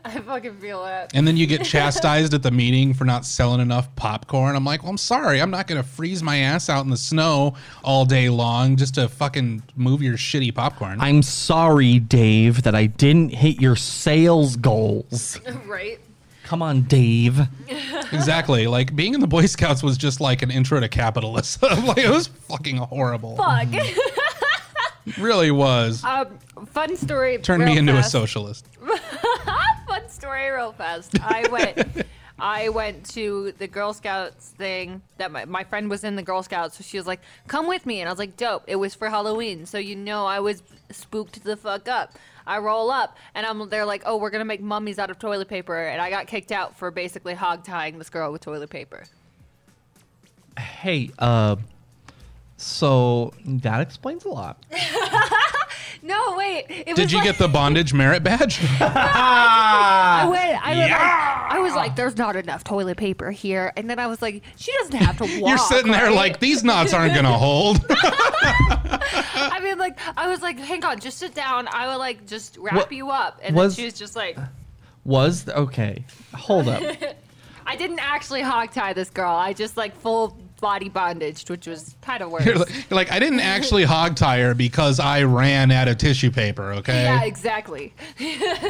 S2: I fucking feel that.
S3: and then you get chastised at the meeting for not selling enough popcorn. I'm like, well, I'm sorry, I'm not going to freeze my ass out in the snow all day long just to fucking move your shitty popcorn.
S1: I'm sorry, Dave, that I didn't hit your sales goals.
S2: Right?
S1: Come on, Dave.
S3: Exactly. Like being in the Boy Scouts was just like an intro to capitalism. like it was fucking horrible.
S2: Fuck.
S3: It really was.
S2: um, fun story.
S3: Turned
S2: real
S3: me into a
S2: fast.
S3: socialist.
S2: fun story real fast. I went I went to the Girl Scouts thing that my, my friend was in the Girl Scouts, so she was like, Come with me and I was like, Dope. It was for Halloween, so you know I was spooked the fuck up. I roll up and I'm they're like, Oh, we're gonna make mummies out of toilet paper and I got kicked out for basically hog tying this girl with toilet paper.
S1: Hey, uh, so that explains a lot.
S2: No, wait. It
S3: Did
S2: was
S3: you
S2: like-
S3: get the bondage merit badge?
S2: I went. I, went like, I was like, "There's not enough toilet paper here," and then I was like, "She doesn't have to walk."
S3: You're sitting there
S2: right?
S3: like these knots aren't gonna hold.
S2: I mean, like, I was like, hang on, just sit down. I would like just wrap
S1: What-
S2: you up, and
S1: was-
S2: then she was just like,
S1: Was th- okay. Hold up.
S2: I didn't actually hog tie this girl. I just like full body bondaged, which was kind of worse.
S3: You're like, you're like, I didn't actually hog tie her because I ran out of tissue paper, okay?
S2: Yeah, exactly.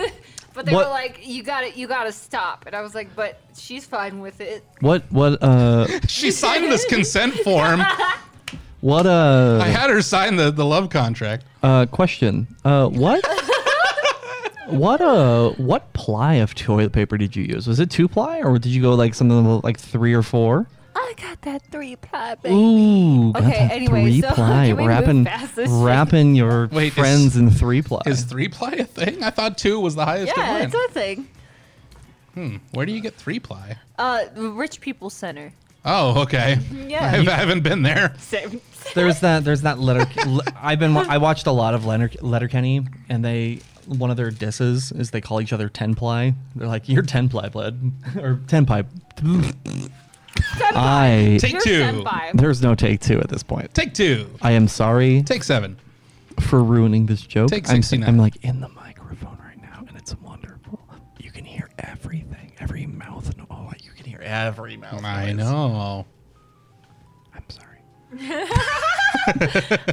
S2: but they
S1: What-
S2: were like, "You got to You got to stop." And I was like, "But she's fine with it."
S1: What what uh
S3: She signed this consent form.
S1: what uh
S3: I had her sign the, the love contract.
S1: uh question. Uh what What uh what ply of toilet paper did you use? Was it two ply or did you go like something like three or four?
S2: I got that three ply
S1: Ooh, got
S2: Okay,
S1: that
S2: anyway,
S1: three
S2: so
S1: ply.
S2: can we move
S1: Wrapping
S2: past this shit?
S1: wrapping your
S3: Wait, is-
S1: friends in three ply.
S3: Is three ply a thing? I thought two was the highest
S2: Yeah,
S3: it
S2: it's
S3: went.
S2: a thing.
S3: Where do you get three ply?
S2: Uh, the Rich People Center.
S3: Oh, okay.
S2: Yeah.
S3: I haven't been there.
S2: Same.
S1: there's that there's that letter Le- I've been wa- I watched a lot of Leonard Letterkenny and they one of their disses is they call each other ten ply. They're like you're ten ply blood or ten ply. I
S3: Take
S2: Your
S3: two.
S2: senpai.
S1: there's no take two at this point.
S3: Take two.
S1: I am sorry
S3: Take seven.
S1: for ruining this joke.
S3: Take
S1: I'm,
S3: 69.
S1: I'm like in the microphone right now and it's wonderful. You can hear everything, every mouth. No- oh, you can hear every mouth.
S3: I
S1: noise.
S3: know.
S1: I'm sorry.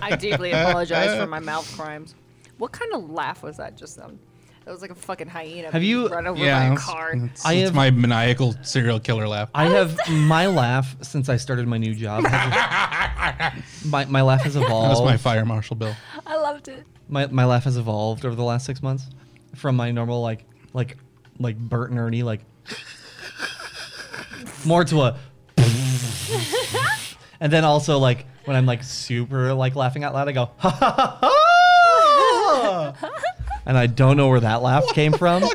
S2: I deeply apologize for my mouth crimes. What kind of laugh was that just then? That was like a fucking hyena.
S1: Have you-
S2: run over
S3: Yeah.
S2: by a
S3: it's-
S2: car?
S3: It's,
S1: I
S3: it's
S1: have-
S3: my maniacal serial killer laugh.
S1: I have my laugh since I started my new job. my, my laugh has
S3: That's
S1: evolved.
S3: my fire marshal bill.
S2: I loved it.
S1: my my laugh has evolved over the last six months from my normal like like like Bert and Ernie like more to a and then also like when I'm like super like laughing out loud I go ha ha ha, ha and I don't know where that laugh came from.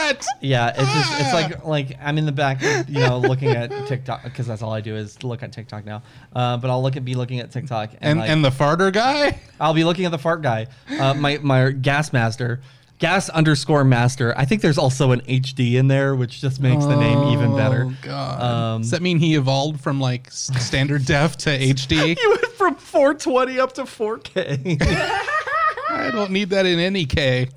S3: What?
S1: Yeah, it's just it's like like I'm in the back, you know, looking at TikTok because that's all I do is look at TikTok now. Uh, but I'll look at be looking at TikTok and
S3: And
S1: like,
S3: and the farter guy?
S1: I'll be looking at the fart guy, uh, my my gas master, gas underscore master. I think there's also an HD in there, which just makes the name even better.
S3: Oh god.
S1: Um,
S3: Does that mean he evolved from like s- standard def to HD?
S1: He went from 420 up to 4K.
S3: I don't need that in any K.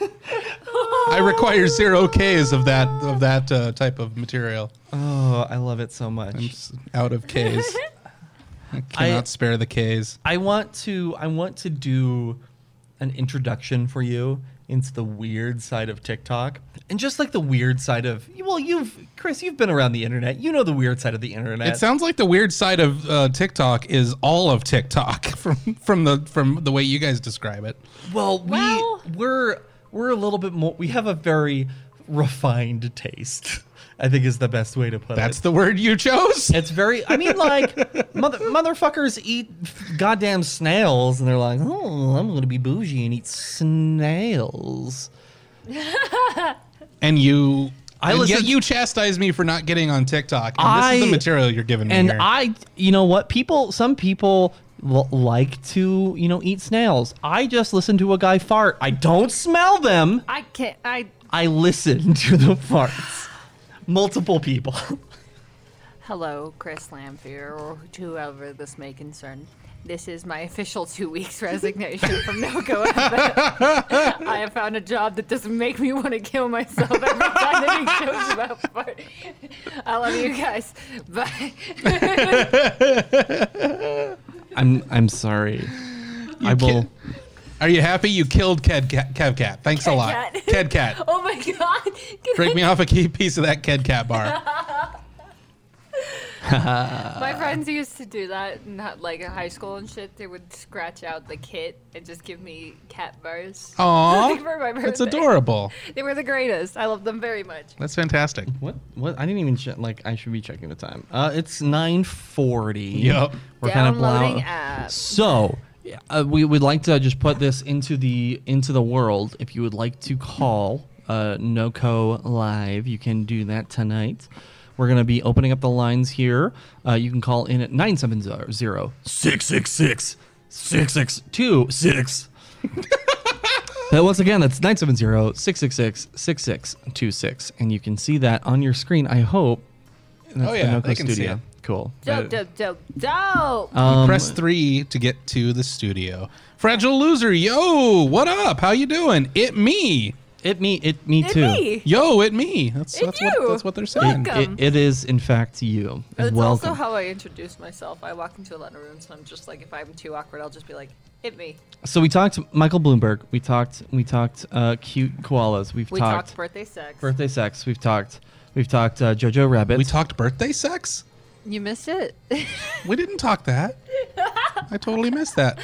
S3: I require zero Ks of that of that uh, type of material.
S1: oh, I love it so much.
S3: It's out of Ks. I cannot spare the Ks.
S1: I want to I want to do an introduction for you into the weird side of TikTok. And just like the weird side of well, you've Chris, you've been around the internet. You know the weird side of the internet.
S3: It sounds like the weird side of uh, TikTok is all of TikTok from from the from the way you guys describe it.
S1: Well, we
S2: Well-
S1: we're we're a little bit more. We have a very refined taste. I think is the best way to put
S3: That's
S1: it.
S3: the word you chose.
S1: It's very. I mean, like mother, motherfuckers eat goddamn snails, and they're like, "Oh, I'm gonna be bougie and eat snails."
S3: And you,
S1: I
S3: and yet
S1: listen-
S3: you chastise me for not getting on TikTok. And this is
S1: I-
S3: the material you're giving me.
S1: And
S3: here.
S1: I, you know what? People, some people l- like to, you know, eat snails. I just listen to a guy fart. I don't smell them.
S2: I can't. I
S1: I listen to the farts. Multiple people.
S2: hello, Chris Lamphere, or whoever this may concern. This is my official two weeks resignation from NoCo. FM. I have found a job that doesn't make me want to kill myself every time they make jokes about fart. I love you guys. Bye.
S1: I'm I'm sorry. I will.
S3: can't- Are you happy you killed Ked Cat, Kev Cat? Thanks a lot.
S2: Cat.
S3: Ked Cat.
S2: Oh my god. Can
S3: Break me off a key piece of that Ked Cat bar.
S2: My friends used to do that in hi- like in high school and shit. They would scratch out the kit and just give me cat bars.
S3: Aw.
S2: For my
S3: Oh, That's
S2: birthday.
S3: adorable.
S2: They were the greatest. I love them very much.
S3: That's fantastic.
S1: What? What? I didn't even check. Like I should be checking the time. Uh, it's nine forty.
S3: Yup.
S1: We're
S2: Downloading
S1: blown-
S2: app.
S1: So. Uh, we would like to just put this into the into the world. If you would like to call uh, NoCo live, you can do that tonight. We're going to be opening up the lines here. Uh, you can call in at 970 666 662 But once again, that's 970-666-6626. And you can see that on your screen, I hope. And that's
S3: Oh,
S1: the
S3: yeah,
S1: Noco
S3: they can see
S1: Studio.
S3: it.
S1: Cool.
S2: Dope, dope, dope, dope.
S3: Press three to get to the studio. Fragile loser, yo, what up? How you doing? It me.
S1: It me. It me
S7: It
S1: too.
S7: me.
S3: Yo, it me. That's
S2: It
S3: that's what,
S2: you.
S3: that's what they're saying.
S2: Welcome.
S1: It, it is in fact you. And
S2: That's
S1: welcome.
S2: also how I introduce myself. I walk into a lot of rooms and I'm just like, if I'm too awkward, I'll just be like, hit me.
S1: so we talked Michael Bloomberg. We talked. We talked uh, cute koalas. We've
S2: We
S1: talked,
S2: talked birthday sex.
S1: birthday sex. We've talked. We've talked uh, Jojo Rabbit.
S3: We talked birthday sex?
S2: You missed it.
S3: We didn't talk that. I totally missed that.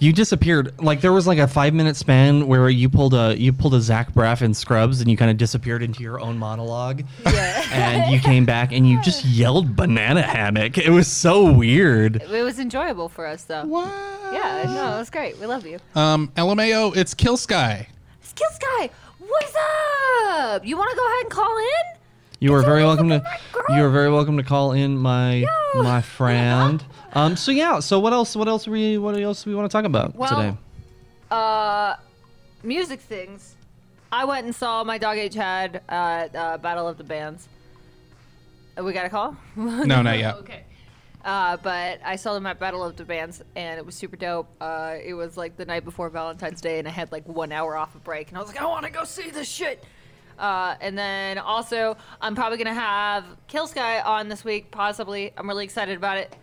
S1: you disappeared. Like there was like a five minute span where you pulled a you pulled a Zach Braff in Scrubs and you kind of disappeared into your own monologue.
S2: yeah.
S1: and you came back and you just yelled banana hammock. It was so weird.
S2: It was enjoyable for us, though.
S3: What?
S2: Yeah, no, it was great. We love you.
S3: Um, LMAO, it's Kill Sky.
S2: Skill Sky, what is up? You want to go ahead and call in?
S1: You are very
S2: always
S1: welcome to
S2: looking like girl.
S1: you are very welcome to call in my my friend. Um so yeah, so what else what else we what else we want to talk about
S2: Well,
S1: today?
S2: Uh, music things. I went and saw my dog H had at uh, Battle of the Bands. Uh, We got a call?
S3: No, not yet.
S2: Okay. Uh, but I saw them at Battle of the Bands, and it was super dope. Uh, it was like the night before Valentine's Day, and I had like one hour off of break, and I was like, I want to go see this shit. Uh, and then also, I'm probably gonna have Kill Sky on this week, possibly. I'm really excited about it.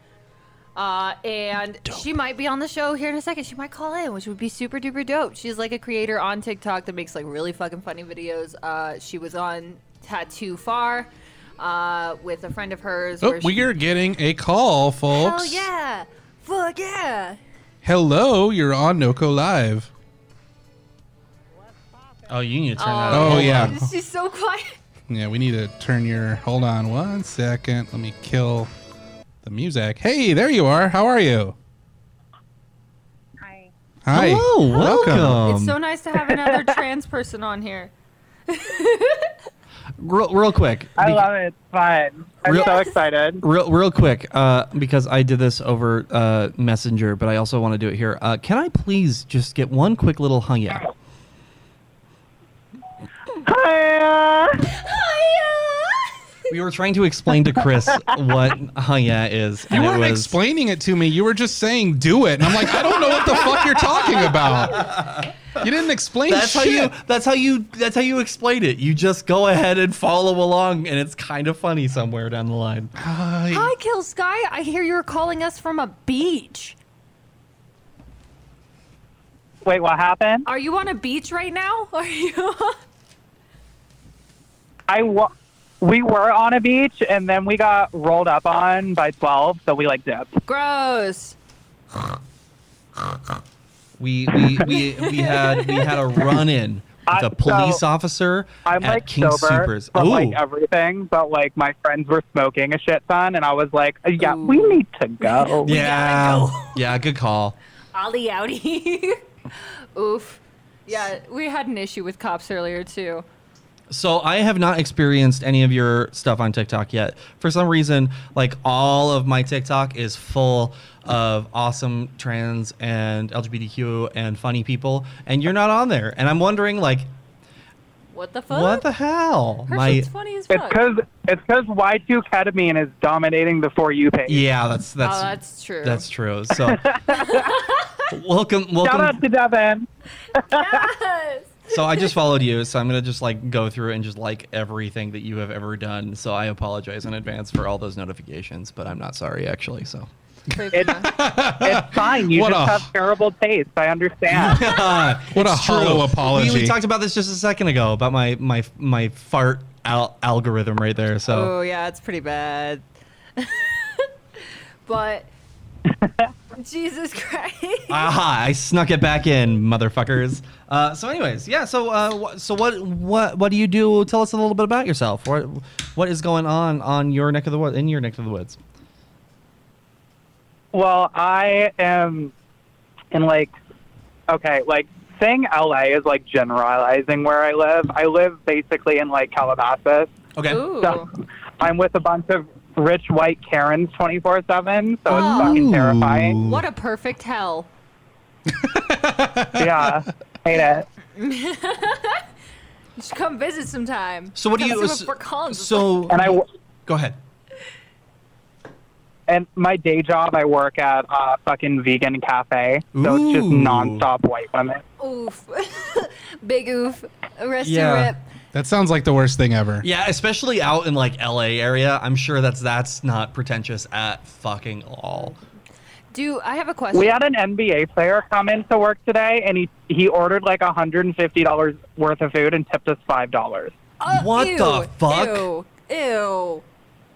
S2: Uh, and she might be on the show here in a second. She might call in, which would be super duper dope. She's like a creator on TikTok that makes like really fucking funny videos. Uh, she was on Tattoo Far uh, with a friend of hers.
S3: Oh,
S2: where she-
S3: we are getting a call, folks.
S2: Hell yeah! Fuck yeah!
S3: Hello, you're on Noco Live.
S1: Oh, you need to turn
S2: that
S3: Oh, yeah.
S2: She's so quiet.
S3: Yeah, we need to turn your. Hold on one second. Let me kill the music. Hey, there you are. How are you?
S8: Hi.
S3: Hi.
S1: Hello, welcome.
S2: it's so nice to have another trans person on here.
S1: real, real quick.
S5: I
S1: be-
S5: love it. It's fun. I'm
S1: Real-
S5: so excited.
S1: Real, real quick, uh, because I did this over uh, Messenger, but I also want to do it here. Uh, can I please just get one quick little hung yeah?
S5: Hiya.
S1: We were trying to explain to Chris what Hanya is.
S3: You
S1: and it
S3: weren't
S1: was-
S3: explaining it to me. You were just saying do it. And I'm like, I don't know what the fuck you're talking about. You didn't explain
S1: That's how
S3: shit.
S1: you. That's how you. That's how you explain it. You just go ahead and follow along, and it's kind of funny somewhere down the line.
S3: Hi.
S2: Hi, Kill Sky. I hear you're calling us from a beach.
S5: Wait, what happened?
S2: Are you on a beach right now? Are you?
S5: I wa- we were on a beach and then we got rolled up on by 12, so we like dipped.
S2: Gross.
S1: We we we, we had we had a run in with
S5: I-
S1: a police
S5: so,
S1: officer
S5: I'm
S1: at
S5: like
S1: King
S5: sober
S1: Supers.
S5: from like
S1: Ooh.
S5: everything, but like my friends were smoking a shit ton, and I was like, yeah, we need to go.
S1: yeah, yeah, good call.
S2: Ollie outie. Oof. Yeah, we had an issue with cops earlier too.
S1: So I have not experienced any of your stuff on TikTok yet. For some reason, like all of my TikTok is full of awesome trans and LGBTQ and funny people, and you're not on there. And I'm wondering, like,
S2: What the fuck?
S1: what the hell?
S2: Her
S1: My
S2: shit's funny as
S5: It's
S2: fuck.
S5: because it's because Y2 ketamine is dominating the for you page.
S1: yeah, that's that's
S2: oh, that's true.
S1: that's true. So welcome,
S5: Shout out
S1: welcome.
S5: to Devin.
S2: Yes.
S1: So I just followed you, so I'm gonna just like go through and just like everything that you have ever done. So I apologize in advance for all those notifications, but I'm not sorry actually. So.
S5: It's fine. You
S3: What
S5: just
S3: a-
S5: have terrible taste. I understand.
S3: What a hollow
S1: True.
S3: apology.
S1: We, we talked about this just a second ago about my my my fart al- algorithm right there. So
S2: Oh yeah, it's pretty bad. but Jesus Christ.
S1: aha, I snuck it back in, motherfuckers. Uh, so, anyways, yeah. So, uh, wh- so what what what do you do? Tell us a little bit about yourself. What what is going on on your neck of the woods? In your neck of the woods?
S5: Well, I am in like, okay, like saying LA is like generalizing where I live. I live basically in like Calabasas.
S1: Okay.
S2: Ooh.
S5: So I'm with a bunch of rich white Karens 24 7, so it's fucking terrifying.
S2: What a perfect hell.
S5: Yeah. Hate it.
S2: You should come visit sometime.
S1: So what do
S2: Come
S1: you?
S2: see what Fort Collins is like.
S1: so
S5: And I, w-
S1: go ahead.
S5: and my day job, I work at a fucking vegan cafe. So it's just
S1: Ooh.
S5: nonstop white women.
S2: Oof. Big oof. Rest
S9: Yeah.
S2: and rip.
S3: That sounds like the worst thing ever.
S1: Yeah, especially out in like LA area. I'm sure that's that's not pretentious at fucking all.
S2: Do I have a question? Uh,
S5: We had an NBA player come into work today, and he he ordered like $150 worth of food and tipped us five dollars.
S2: Oh,
S1: What
S2: ew,
S1: the fuck?
S2: Ew. Ew.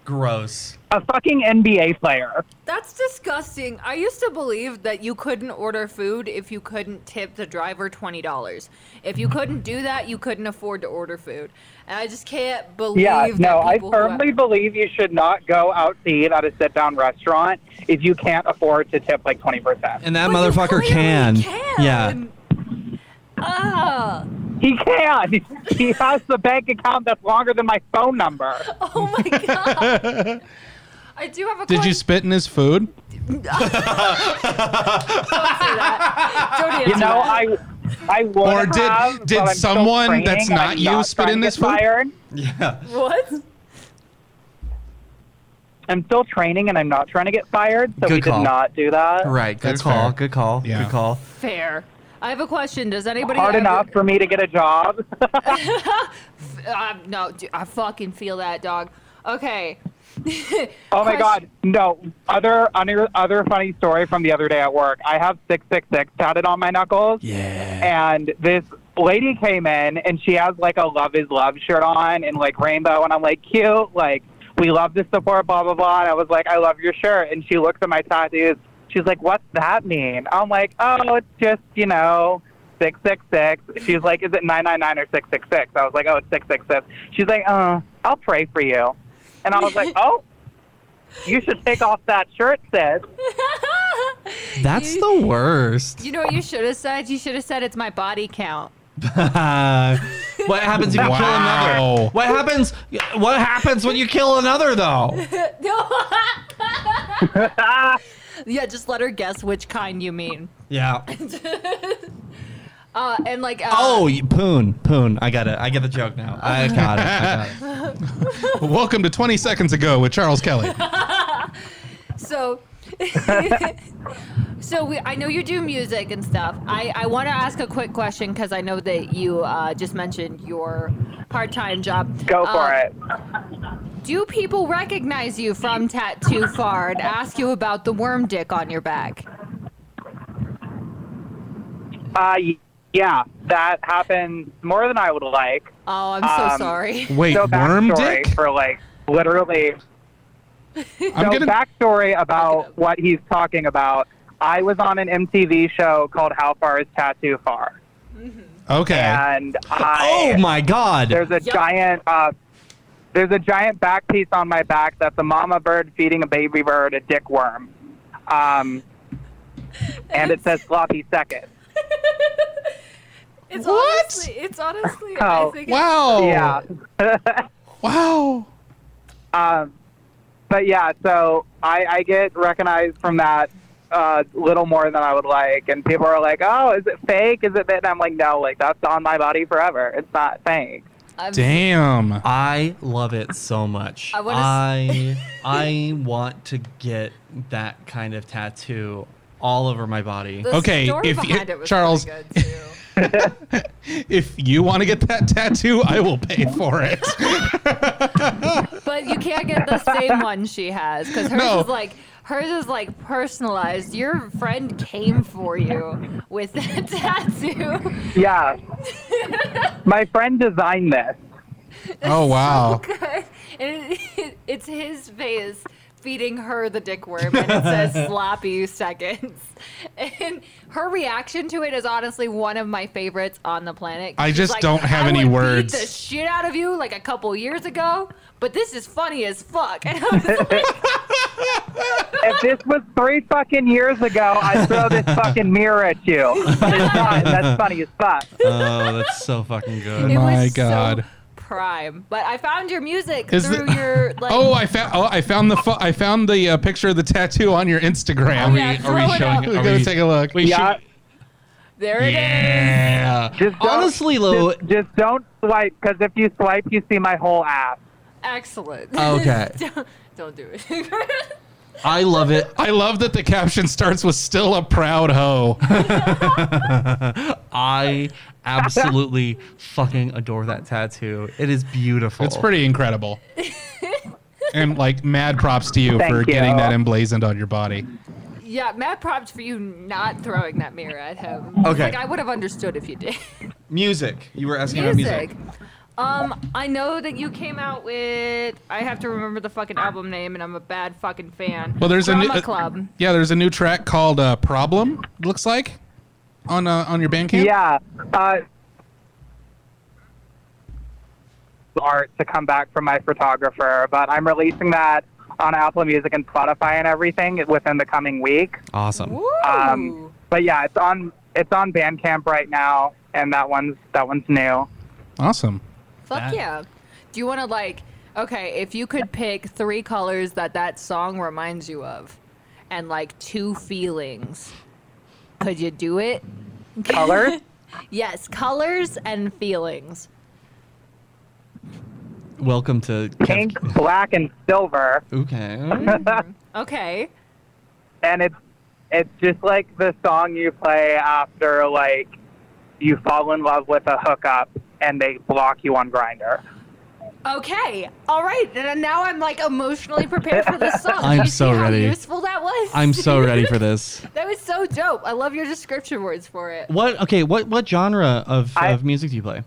S1: Gross.
S5: A fucking NBA player.
S2: That's disgusting. I used to believe that you couldn't order food if you couldn't tip the driver $20. If you couldn't do that, you couldn't afford to order food. And I just can't believe
S5: Yeah,
S2: that
S5: no, I
S2: people who have-
S5: firmly believe you should not go out to eat at a sit down restaurant if you can't afford to tip like 20%.
S1: And that
S2: But you
S1: motherfucker
S2: clearly
S1: can.
S2: can.
S1: Yeah.
S2: Ah.
S5: He can! He has the bank account that's longer than my phone number.
S2: Oh my god. I do have a
S3: Did
S2: question.
S3: you spit in his food?
S2: Don't answer
S5: You know,
S2: that.
S5: I. I would
S3: Or did-
S5: have,
S3: did
S5: but I'm still
S3: someone
S5: praying
S3: that's
S5: and
S3: not
S5: I'm
S3: you spit
S5: trying
S3: in
S5: to
S3: this
S5: get
S3: food?
S5: fired.
S1: Yeah.
S2: What?
S5: I'm still training and I'm not trying to get fired, so
S1: Good
S5: we
S1: call.
S5: did not do that.
S1: Right. Good
S3: That's
S1: call.
S3: fair.
S1: Good call.
S3: Yeah.
S1: Good call.
S2: Fair. I have a question. Does anybody
S5: Hard
S2: ever-
S5: enough for me to get a job.
S2: Uh, no, dude, I fucking feel that dog. Okay.
S5: Oh my God! No, other other other funny story from the other day at work. I have six six six tatted on my knuckles. Yeah. And this lady came in, and she has like a love is love shirt on, and like rainbow, and I'm like, cute, like we love to support, blah blah blah. And I was like, I love your shirt, and she looks at my tattoos. She's like, what's that mean? I'm like, oh, it's just you know. 666. She's like, is it 999 or 666? I was like, oh, it's 666. She's like, uh, I'll pray for you. And I was like, oh, you should take off that shirt, sis.
S1: That's the worst.
S2: You know what you should have said? You should have said it's my body count.
S1: Uh, what happens if you kill another?
S3: Wow.
S1: What happens? What happens when you kill another though?
S2: No. yeah, just let her guess which kind you mean.
S1: Yeah.
S2: Uh, and like, uh,
S1: Oh, you- poon, poon. I got it. I get the joke now. I got it. I got it.
S3: Welcome to 20 Seconds Ago with Charles Kelly.
S2: so, so we, I know you do music and stuff. I, I want to ask a quick question because I know that you uh, just mentioned your part-time job.
S5: Go for
S2: Uh,
S5: it.
S2: Do people recognize you from Tattoo Far and ask you about the worm dick on your back?
S5: Uh, y- yeah, that happens more than I would like.
S2: Oh, I'm so
S5: Um,
S2: sorry.
S3: Wait,
S5: so
S3: worm
S5: backstory
S3: dick?
S5: for like literally.
S3: I'm
S5: so
S3: gonna.
S5: backstory about what he's talking about. I was on an MTV show called How Far Is Tattoo Far,
S3: okay.
S5: and I
S1: Oh my god.
S5: there's a giant uh, there's a giant back piece on my back that's a mama bird feeding a baby bird a dick worm, um, and it says sloppy second.
S2: It's
S3: What?
S2: honestly, it's honestly, I
S5: Oh,
S2: think it's-
S3: Wow.
S5: Yeah.
S3: Wow.
S5: Um, but yeah, so I, I get recognized from that uh, little more than I would like, and people are like, "Oh, is it fake? Is it?" Bit? And I'm like, "No, like that's on my body forever. It's not fake."
S2: I'm-
S3: Damn.
S1: I love it so much.
S2: I
S1: I
S2: wanna s-
S1: I, want to get that kind of tattoo all over my body.
S2: the
S3: Okay,
S2: story
S3: if you-
S2: behind it was
S3: Charles-
S2: pretty good, too.
S3: If you want to get that tattoo, I will pay for it.
S2: but you can't get the same one she has because hers
S3: No.
S2: is like hers is like personalized. Your friend came for you with that tattoo.
S5: Yeah. my friend designed this.
S3: Oh, wow.
S2: and it, it's his face feeding her the dick worm and it says sloppy seconds and her reaction to it is honestly one of my favorites on the planet 'Cause
S3: I
S2: she's
S3: just don't have
S2: "I
S3: any
S2: would
S3: words."
S2: beat the shit out of you like a couple years ago but this is funny as fuck and I'm just like,
S5: If this was three fucking years ago, I'd throw this fucking mirror at you. But it's not. That's funny as fuck.
S1: Oh, that's so fucking good.
S2: it
S3: My
S2: was
S3: God.
S2: so prime but i found your music
S3: Is
S2: through
S3: the-
S2: your like
S3: Oh, I found. Oh, I found the. Fo- I found the uh, picture of the tattoo on your Instagram.
S2: Are we- Oh, Yeah, are we throw it showing- up.
S3: We're
S1: are
S3: gonna
S1: we-
S3: take a look.
S5: Yeah.
S2: there it is.
S3: yeah.
S5: Just don't-
S1: Honestly, Lou.
S5: just, just don't swipe because if you swipe, you see my whole ass.
S3: Oh.
S2: excellent
S1: Okay.
S2: don't, don't do it
S1: I love it.
S3: I love that the caption starts with "still a proud hoe."
S1: I absolutely fucking adore that tattoo. It is beautiful.
S3: It's pretty incredible. and like, mad props to you
S5: Thank
S3: for
S5: you.
S3: getting that emblazoned on your body.
S2: Yeah, mad props for you not throwing that mirror at him.
S1: Okay.
S2: Like I would have understood if you did.
S1: Music. You were asking about music.
S2: music. Um, I know that you came out with. I have to remember the fucking album name, and I'm a bad fucking fan.
S3: Well, there's
S2: Drama
S3: a new uh,
S2: club.
S3: yeah, there's a new track called uh, "Problem." it Looks like on uh, on your Bandcamp.
S5: Yeah. Uh, art to come back from my photographer, but I'm releasing that on Apple Music and Spotify and everything within the coming week.
S1: Awesome.
S2: Woo!
S5: Um, but yeah, it's on it's on Bandcamp right now, and that one's that one's new.
S3: Awesome.
S2: Fuck
S10: That-
S2: yeah. Do you want to like? Okay, if you could pick three colors that that song reminds you of, and like two feelings, could you do it?
S5: Color?
S2: Yes, colors and feelings.
S1: Welcome to
S5: Pink, black, and silver.
S1: Okay.
S2: Okay.
S5: and it's it's just like the song you play after like you fall in love with a hookup and they block you on grinder
S2: Okay. All right. And now I'm like emotionally prepared for this song.
S1: I'm
S2: You see
S1: so
S2: how
S1: ready.
S2: useful that was.
S1: I'm so ready for this.
S2: that was so dope. I love your description words for it.
S1: What okay, what what genre of,
S5: I-
S1: of music do you play?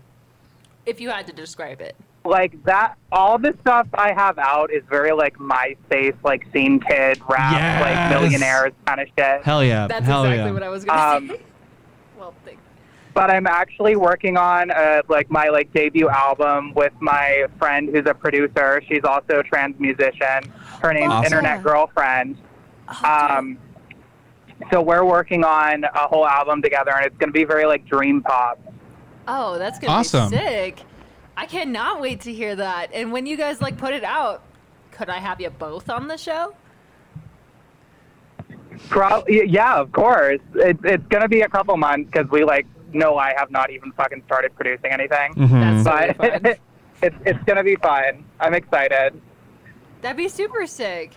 S2: If you had to describe it.
S5: like that all the stuff i have out is very like myspace like scene kid rap
S1: Yes.
S5: like millionaires kind of shit
S1: Hell yeah.
S2: That's
S1: Hell
S2: exactly
S1: yeah.
S2: what I was gonna
S5: Um,
S2: say. well, thank
S5: but i'm actually working on uh, like my like debut album with my friend who's a producer she's also a trans musician her name's
S2: Awesome.
S5: internet girlfriend um, so we're working on a whole album together, and it's going to be very like dream pop.
S2: Oh, that's gonna
S3: Awesome.
S2: be sick. I cannot wait to hear that. And when you guys like put it out, could I have you both on the show?
S5: Pro- y- yeah, of course. It, it's going to be a couple months because we like no, I have not even fucking started producing anything,
S1: Mm-hmm.
S2: That's totally
S5: but
S2: fun.
S5: it's it's going to be fun. I'm excited.
S2: That'd be super sick.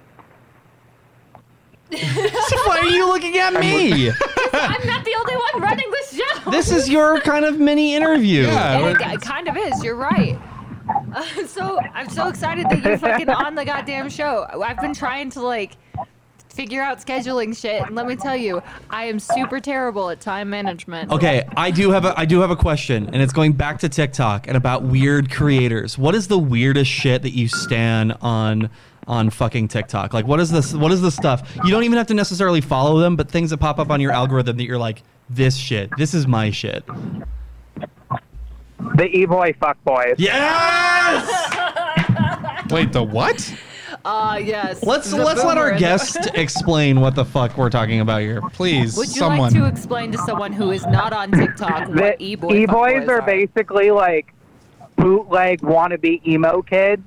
S1: Why are you looking at me?
S2: I'm not the only one running this show.
S1: this is your kind of mini interview.
S3: Yeah.
S2: It, it kind of is. You're right. Uh, so I'm so excited that you're fucking on the goddamn show. I've been trying to like figure out scheduling shit, and let me tell you, I am super terrible at time management.
S1: Okay, I do have a I do have a question, and it's going back to TikTok and about weird creators. What is the weirdest shit that you stand on on fucking TikTok? Like, what is this? What is the stuff? You don't even have to necessarily follow them, but things that pop up on your algorithm that you're like, this shit, this is my shit.
S5: The e boy fuck boys.
S1: Yes.
S3: Wait, the what?
S2: Uh, yes.
S1: Let's
S2: The
S1: let's let our
S2: boomer.
S1: guest explain what the fuck we're talking about here.
S3: Please,
S2: Would you like
S3: someone.
S2: to explain to someone who is not on TikTok
S5: The
S2: what e-boy
S5: e boys
S2: fuckboys
S5: are basically like bootleg wannabe emo kids.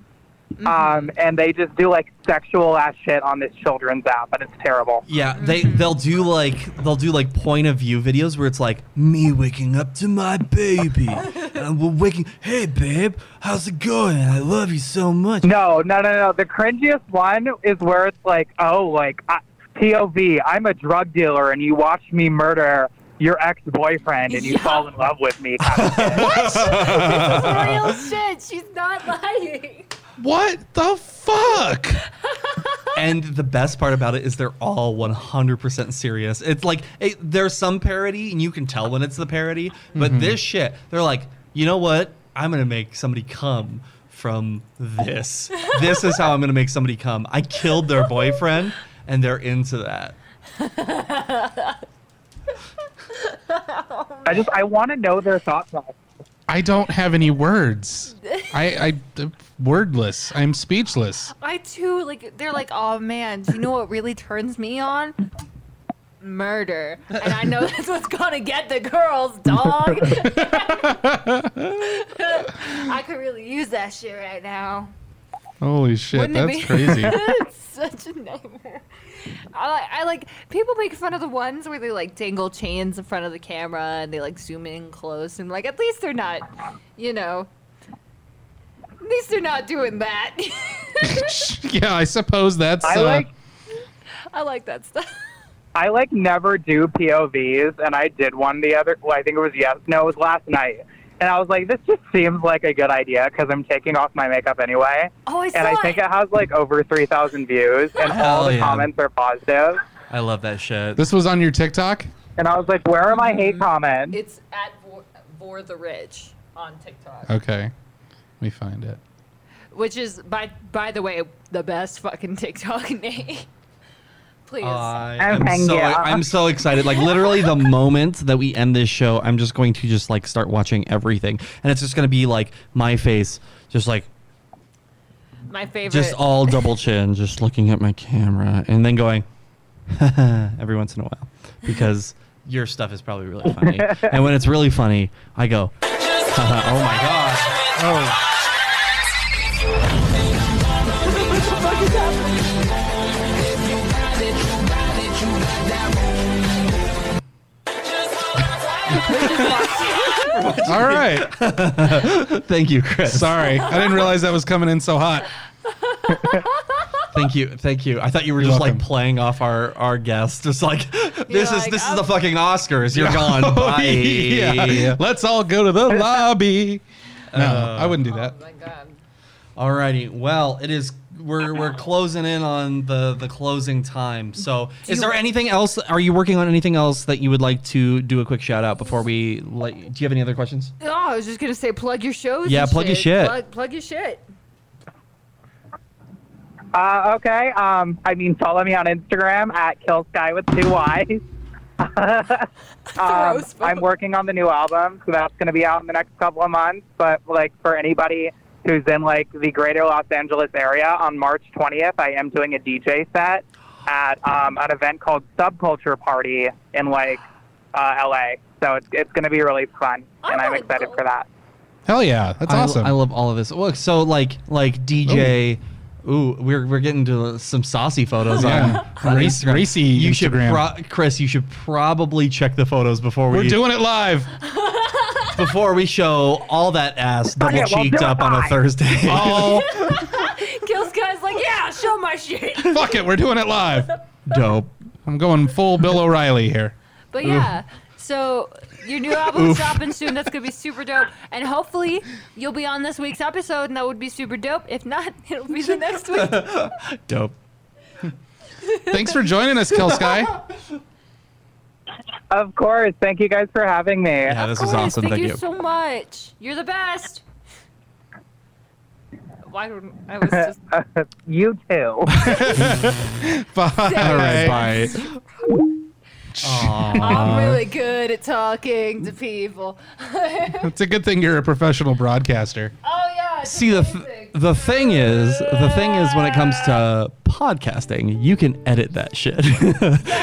S2: Mm-hmm.
S5: Um, and they just do like sexual ass shit on this children's app, and it's terrible.
S1: Yeah, they they'll do like they'll do like point of view videos where it's like me waking up to my baby, and we're waking. Hey babe, how's it going? I love you so much.
S5: No, no, no, no. The cringiest one is where it's like, oh, like I, POV. I'm a drug dealer, and you watch me murder your ex-boyfriend, and you
S2: Yeah.
S5: fall in love with me. kind of shit.
S2: Real shit. She's not lying.
S3: what the fuck?
S1: And the best part about it is they're all 100% serious. It's like it, there's some parody, and you can tell when it's the parody. But this shit, they're like, you know what? I'm gonna make somebody come from this. this is how I'm gonna make somebody come. I killed their boyfriend, and they're into that.
S5: I just, I want to know their thought process.
S3: I don't have any words. I, I I'm wordless. I'm speechless.
S2: I too like they're like, oh man, do you know what really turns me on? Murder. And I know that's what's gonna get the girls, dog. I could really use that shit right now.
S3: Holy shit,
S2: Wouldn't it
S3: that's
S2: be?
S3: crazy.
S2: It's such a nightmare. I, li- I like people make fun of the ones where they like dangle chains in front of the camera and they like zoom in close and like at least they're not, you know. At least they're not doing that.
S3: yeah, I suppose that's.
S5: I
S3: uh,
S5: like,
S2: I like that stuff.
S5: I like never do POVs, and I did one the other. Well, I think it was yes, no, it was last night, and I was like, this just seems like a good idea because I'm taking off my makeup anyway,
S2: Oh, I saw
S5: and I
S2: it.
S5: think it has like over three thousand views, and all
S1: Hell
S5: the
S1: yeah.
S5: comments are positive.
S1: I love that shit.
S3: This was on your TikTok?
S5: And I was like, where are my hate comments?
S2: it's at Vor, Vor the Rich on TikTok,
S3: Okay. Let me find it.
S2: which is by by the way the best fucking TikTok name. Please.
S1: I
S5: Oh,
S1: am
S5: thank
S1: so,
S5: you.
S1: I'm so excited. Like literally the moment that we end this show, I'm just going to just like start watching everything. And it's just gonna be like my face just like
S2: my favorite.
S1: just all double chin, just looking at my camera and then going every once in a while. Because your stuff is probably really funny. and when it's really funny, I go, oh my god. Oh,
S3: All right.
S1: thank you, Chris.
S3: Sorry. I didn't realize that was coming in so hot.
S1: Thank you, thank you. I thought you were
S3: You're
S1: just
S3: welcome.
S1: like playing off our our guest, just like this is
S2: like,
S1: this is
S2: "Oh."
S1: the fucking Oscars. You're gone. Bye.
S3: Oh, yeah. Let's all go to the lobby. No,
S1: Uh,
S3: I wouldn't do that.
S2: oh my god.
S1: Alrighty. Well, it is. We're we're closing in on the the closing time. So, is there anything else? Are you working on anything else that you would like to do a quick shout out before we? Let, do you have any other questions?
S11: Oh, I was just gonna say, plug your shows.
S1: Yeah,
S11: and
S1: plug your shit.
S11: Plug, plug your shit.
S5: Uh, okay. Um, I mean, follow me on Instagram at Kill Sky with two Y's. um, I'm working on the new album, so that's going to be out in the next couple of months. But like for anybody who's in like the greater Los Angeles area, on March 20th, I am doing a DJ set at um, an event called Subculture Party in like uh, LA. So it's it's going to be really fun, and I'm
S2: wanna
S5: excited
S2: go.
S5: for that.
S3: Hell yeah. That's
S1: I-
S3: awesome.
S1: I, love all of this. Look, so like like DJ. Ooh, we're, we're getting to some saucy photos
S3: Yeah.
S1: on, on
S3: Race-
S1: Instagram.
S3: racy
S1: you should,
S3: Instagram.
S1: pro- Chris. You should probably check the photos before we
S3: We're doing it live.
S1: before we show all that ass double
S5: well,
S1: cheeked
S5: do it
S1: up on a
S5: live.
S1: Thursday.
S3: Oh,
S11: Kills guys like, yeah, show my shit.
S3: fuck it. We're doing it live.
S1: dope.
S3: I'm going full Bill O'Reilly here.
S2: But yeah, so your new album is dropping soon. That's gonna be super dope, and hopefully you'll be on this week's episode, and that would be super dope. If not, it'll be the next week.
S1: Dope.
S3: Thanks for joining us, Kill Sky.
S5: Of course. Thank you guys for having me.
S1: Yeah, this
S2: Of
S1: is
S2: course,
S1: awesome.
S2: Thank,
S1: Thank
S2: you,
S1: you.
S2: so much. You're the best. Why don't I was just
S5: You too.
S3: Bye.
S2: All right,
S1: Bye. Uh-huh.
S2: I'm really good at talking to people.
S3: It's a good thing you're a professional broadcaster.
S2: Oh yeah. it's
S1: See the th-
S2: amazing.
S1: the thing is the thing is when it comes to podcasting, you can edit that shit.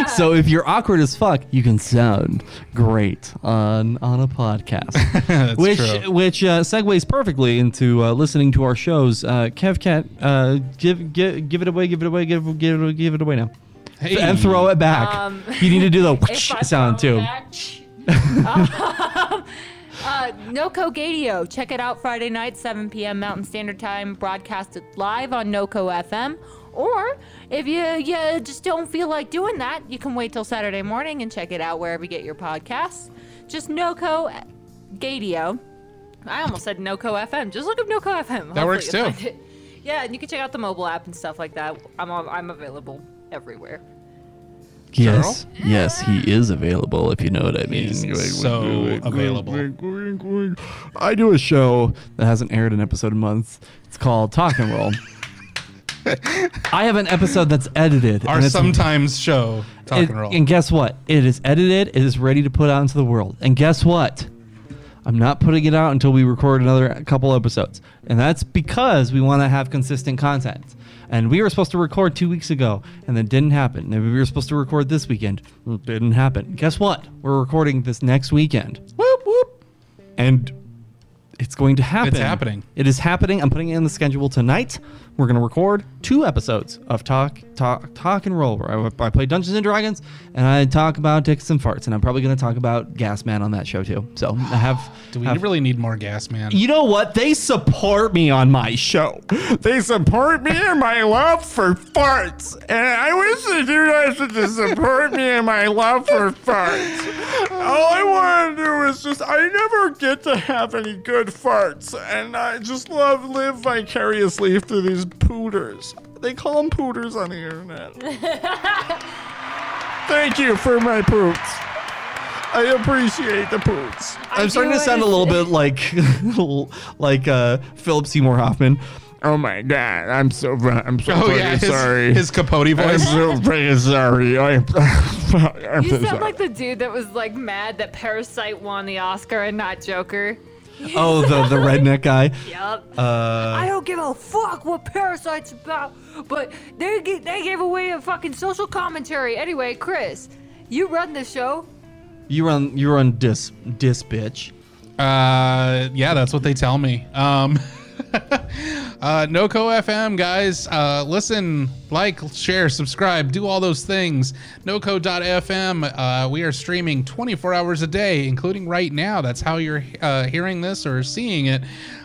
S1: so if you're awkward as fuck, you can sound great on on a podcast.
S3: That's
S1: which
S3: true.
S1: which uh, segues perfectly into uh, listening to our shows. Uh, Kev Cat, uh, give give give it away, give it away, give give it- give it away now,
S3: Hey.
S1: and throw it back.
S2: Um,
S1: you need to do the
S2: If
S1: whoosh
S2: I
S1: sound
S2: throw
S1: too.
S2: that- um, uh, NoCo Gadio. Check it out Friday night, 7 p.m. Mountain Standard Time, broadcasted live on NoCo FM. Or if you, you just don't feel like doing that, you can wait till Saturday morning and check it out wherever you get your podcasts. Just NoCo Gadio. I almost said NoCo FM. Just look up NoCo FM. Hopefully
S3: works
S2: you'll
S3: too.
S2: find it. Yeah, and you can check out the mobile app and stuff like that. I'm, on- I'm available everywhere.
S1: Yes, yes, he is available if you know what I mean.
S3: so available.
S1: I do a show that hasn't aired an episode in months. It's called Talk and Roll. I have an episode that's edited.
S3: Our
S1: and it's-
S3: sometimes show talk
S1: it-
S3: and roll.
S1: and guess what? It is edited. It is ready to put out into the world. And guess what? I'm not putting it out until we record another couple episodes. And that's because we want to have consistent content. And we were supposed to record two weeks ago, and that didn't happen. And we were supposed to record this weekend. It didn't happen. Guess what? We're recording this next weekend. Whoop, whoop. And It's going to happen.
S3: happening.
S1: It is happening. I'm putting it in the schedule tonight. We're going to record two episodes of Talk Talk Talk and Roll, where I, I play Dungeons and Dragons and I talk about dicks and farts, and I'm probably going to talk about Gas Man on that show too. So I have.
S3: Do we
S1: have-
S3: really need more gas, man?
S1: You know what? They support me on my show. They support me in my love for farts. And I wish that you guys would just support me in my love for farts. All I want to do is just, I never get to have any good farts. And I just love live vicariously through these pooters. They call them pooters on the internet. Thank you for my poots. I appreciate the poots. I'm starting to sound a little bit like like uh, Philip Seymour Hoffman. Oh my god, I'm so I'm so
S3: Oh yeah, his, his Capote voice.
S1: so freaking sorry. I, am
S2: You sound like the dude that was like mad that Parasite won the Oscar and not Joker.
S1: oh the the redneck guy.
S2: Yup.
S1: Uh,
S2: I don't give a fuck what Parasite's about, but they g- they gave away a fucking social commentary. Anyway, Chris, you run the show.
S1: you run you run dis dis bitch.
S3: Uh, yeah, that's what they tell me. Um, uh, NoCo FM, guys, uh, listen, like, share, subscribe, do all those things. NoCo.fm, uh, we are streaming 24 hours a day, including right now. That's how you're uh, hearing this or seeing it.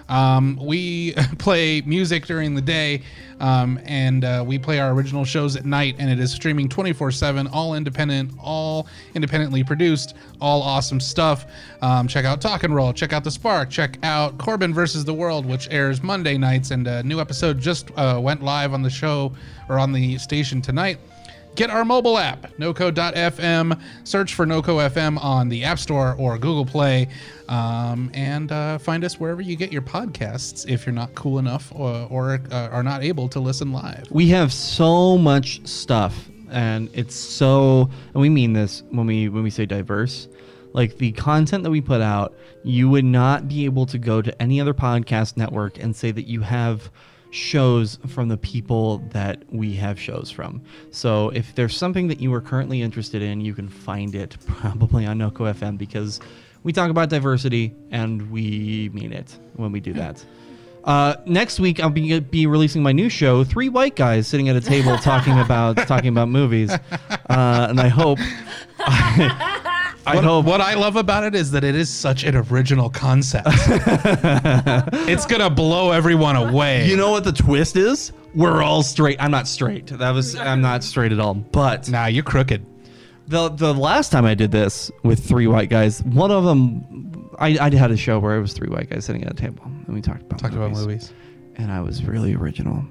S3: Um, we play music during the day, um, and uh, we play our original shows at night, and it is streaming 24 7, all independent, all independently produced, all awesome stuff. Um, check out Talk and Roll, check out The Spark, check out Corbin versus the World, which airs Monday nights, and a new episode just uh, went live on the show or on the station tonight. Get our mobile app, noco.fm. Search for Noco FM on the App Store or Google Play, um, and uh, find us wherever you get your podcasts if you're not cool enough or, or uh, are not able to listen live.
S1: We have so much stuff, and it's so, and we mean this when we when we say diverse. Like the content that we put out, you would not be able to go to any other podcast network and say that you have shows from the people that we have shows from. So if there's something that you are currently interested in, you can find it probably on Noco FM because we talk about diversity and we mean it when we do that. Uh, next week, I'll be, be releasing my new show, Three White Guys Sitting at a Table Talking About Talking About Movies, uh, and I hope I, I
S3: What,
S1: hope
S3: what I love about it is that it is such an original concept. it's gonna blow everyone away.
S1: you know what the twist is. We're all straight. I'm not straight. That was I'm not straight at all. But
S3: nah, you're crooked.
S1: the the last time I did this with three white guys, one of them, I, I had a show where it was three white guys sitting at a table and we talked about
S3: Talked about movies.
S1: and I was really original.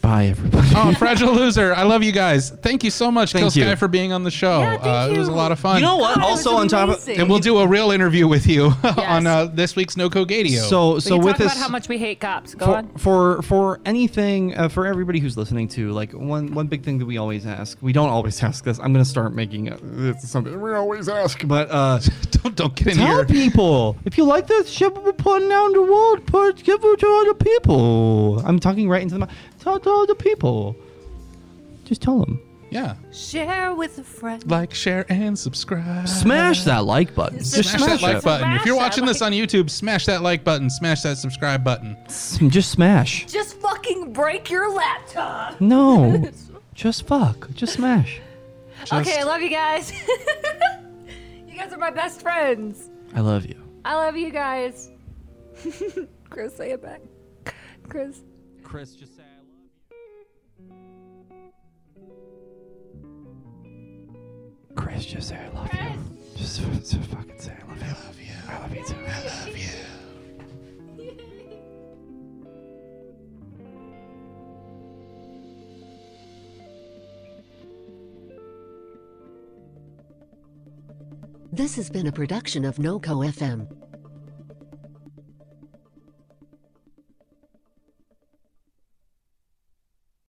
S1: Bye everybody.
S3: Oh, fragile loser! I love you guys. Thank you so much,
S1: Thank
S3: Kill Sky,
S1: you.
S3: for being on the show.
S4: Yeah, thank
S3: uh, It was a
S4: you.
S3: lot of fun.
S1: you know what?
S4: God,
S1: also
S4: that
S1: on
S4: was
S1: top of
S4: amazing.
S3: and we'll do a real interview with you on uh, this week's No Code Radio.
S1: so
S2: We
S1: so
S2: can
S1: with
S2: talk
S1: this
S2: about how much we hate cops. Go
S1: for,
S2: on.
S1: for for anything uh, for everybody who's listening to like one one big thing that we always ask we don't always ask this i'm gonna start making it it's something we always ask but uh
S3: don't don't get in
S1: tell
S3: here.
S1: people if you like this shit we're putting out in the world put give it to other people i'm talking right into the mic tell to other people just tell them
S3: Yeah,
S4: Share with a friend.
S3: like, share, and subscribe.
S1: smash that like button just
S3: Uh, Smash that
S1: smash,
S3: like
S1: it
S3: button. if you're
S4: Smash that
S3: watching this
S4: like-
S3: on YouTube, smash that like button. Smash that subscribe button.
S1: just smash
S4: Just fucking break your laptop.
S1: no just fuck just smash
S2: Okay, I love you guys. you guys are my best friends.
S1: i love you
S2: I love you guys. Chris, say it back. Chris.
S1: chris just say Chris, just say I love you. Just, just fucking say I love you. I love you. I love you too. I love you.
S12: This has been a production of NoCo FM.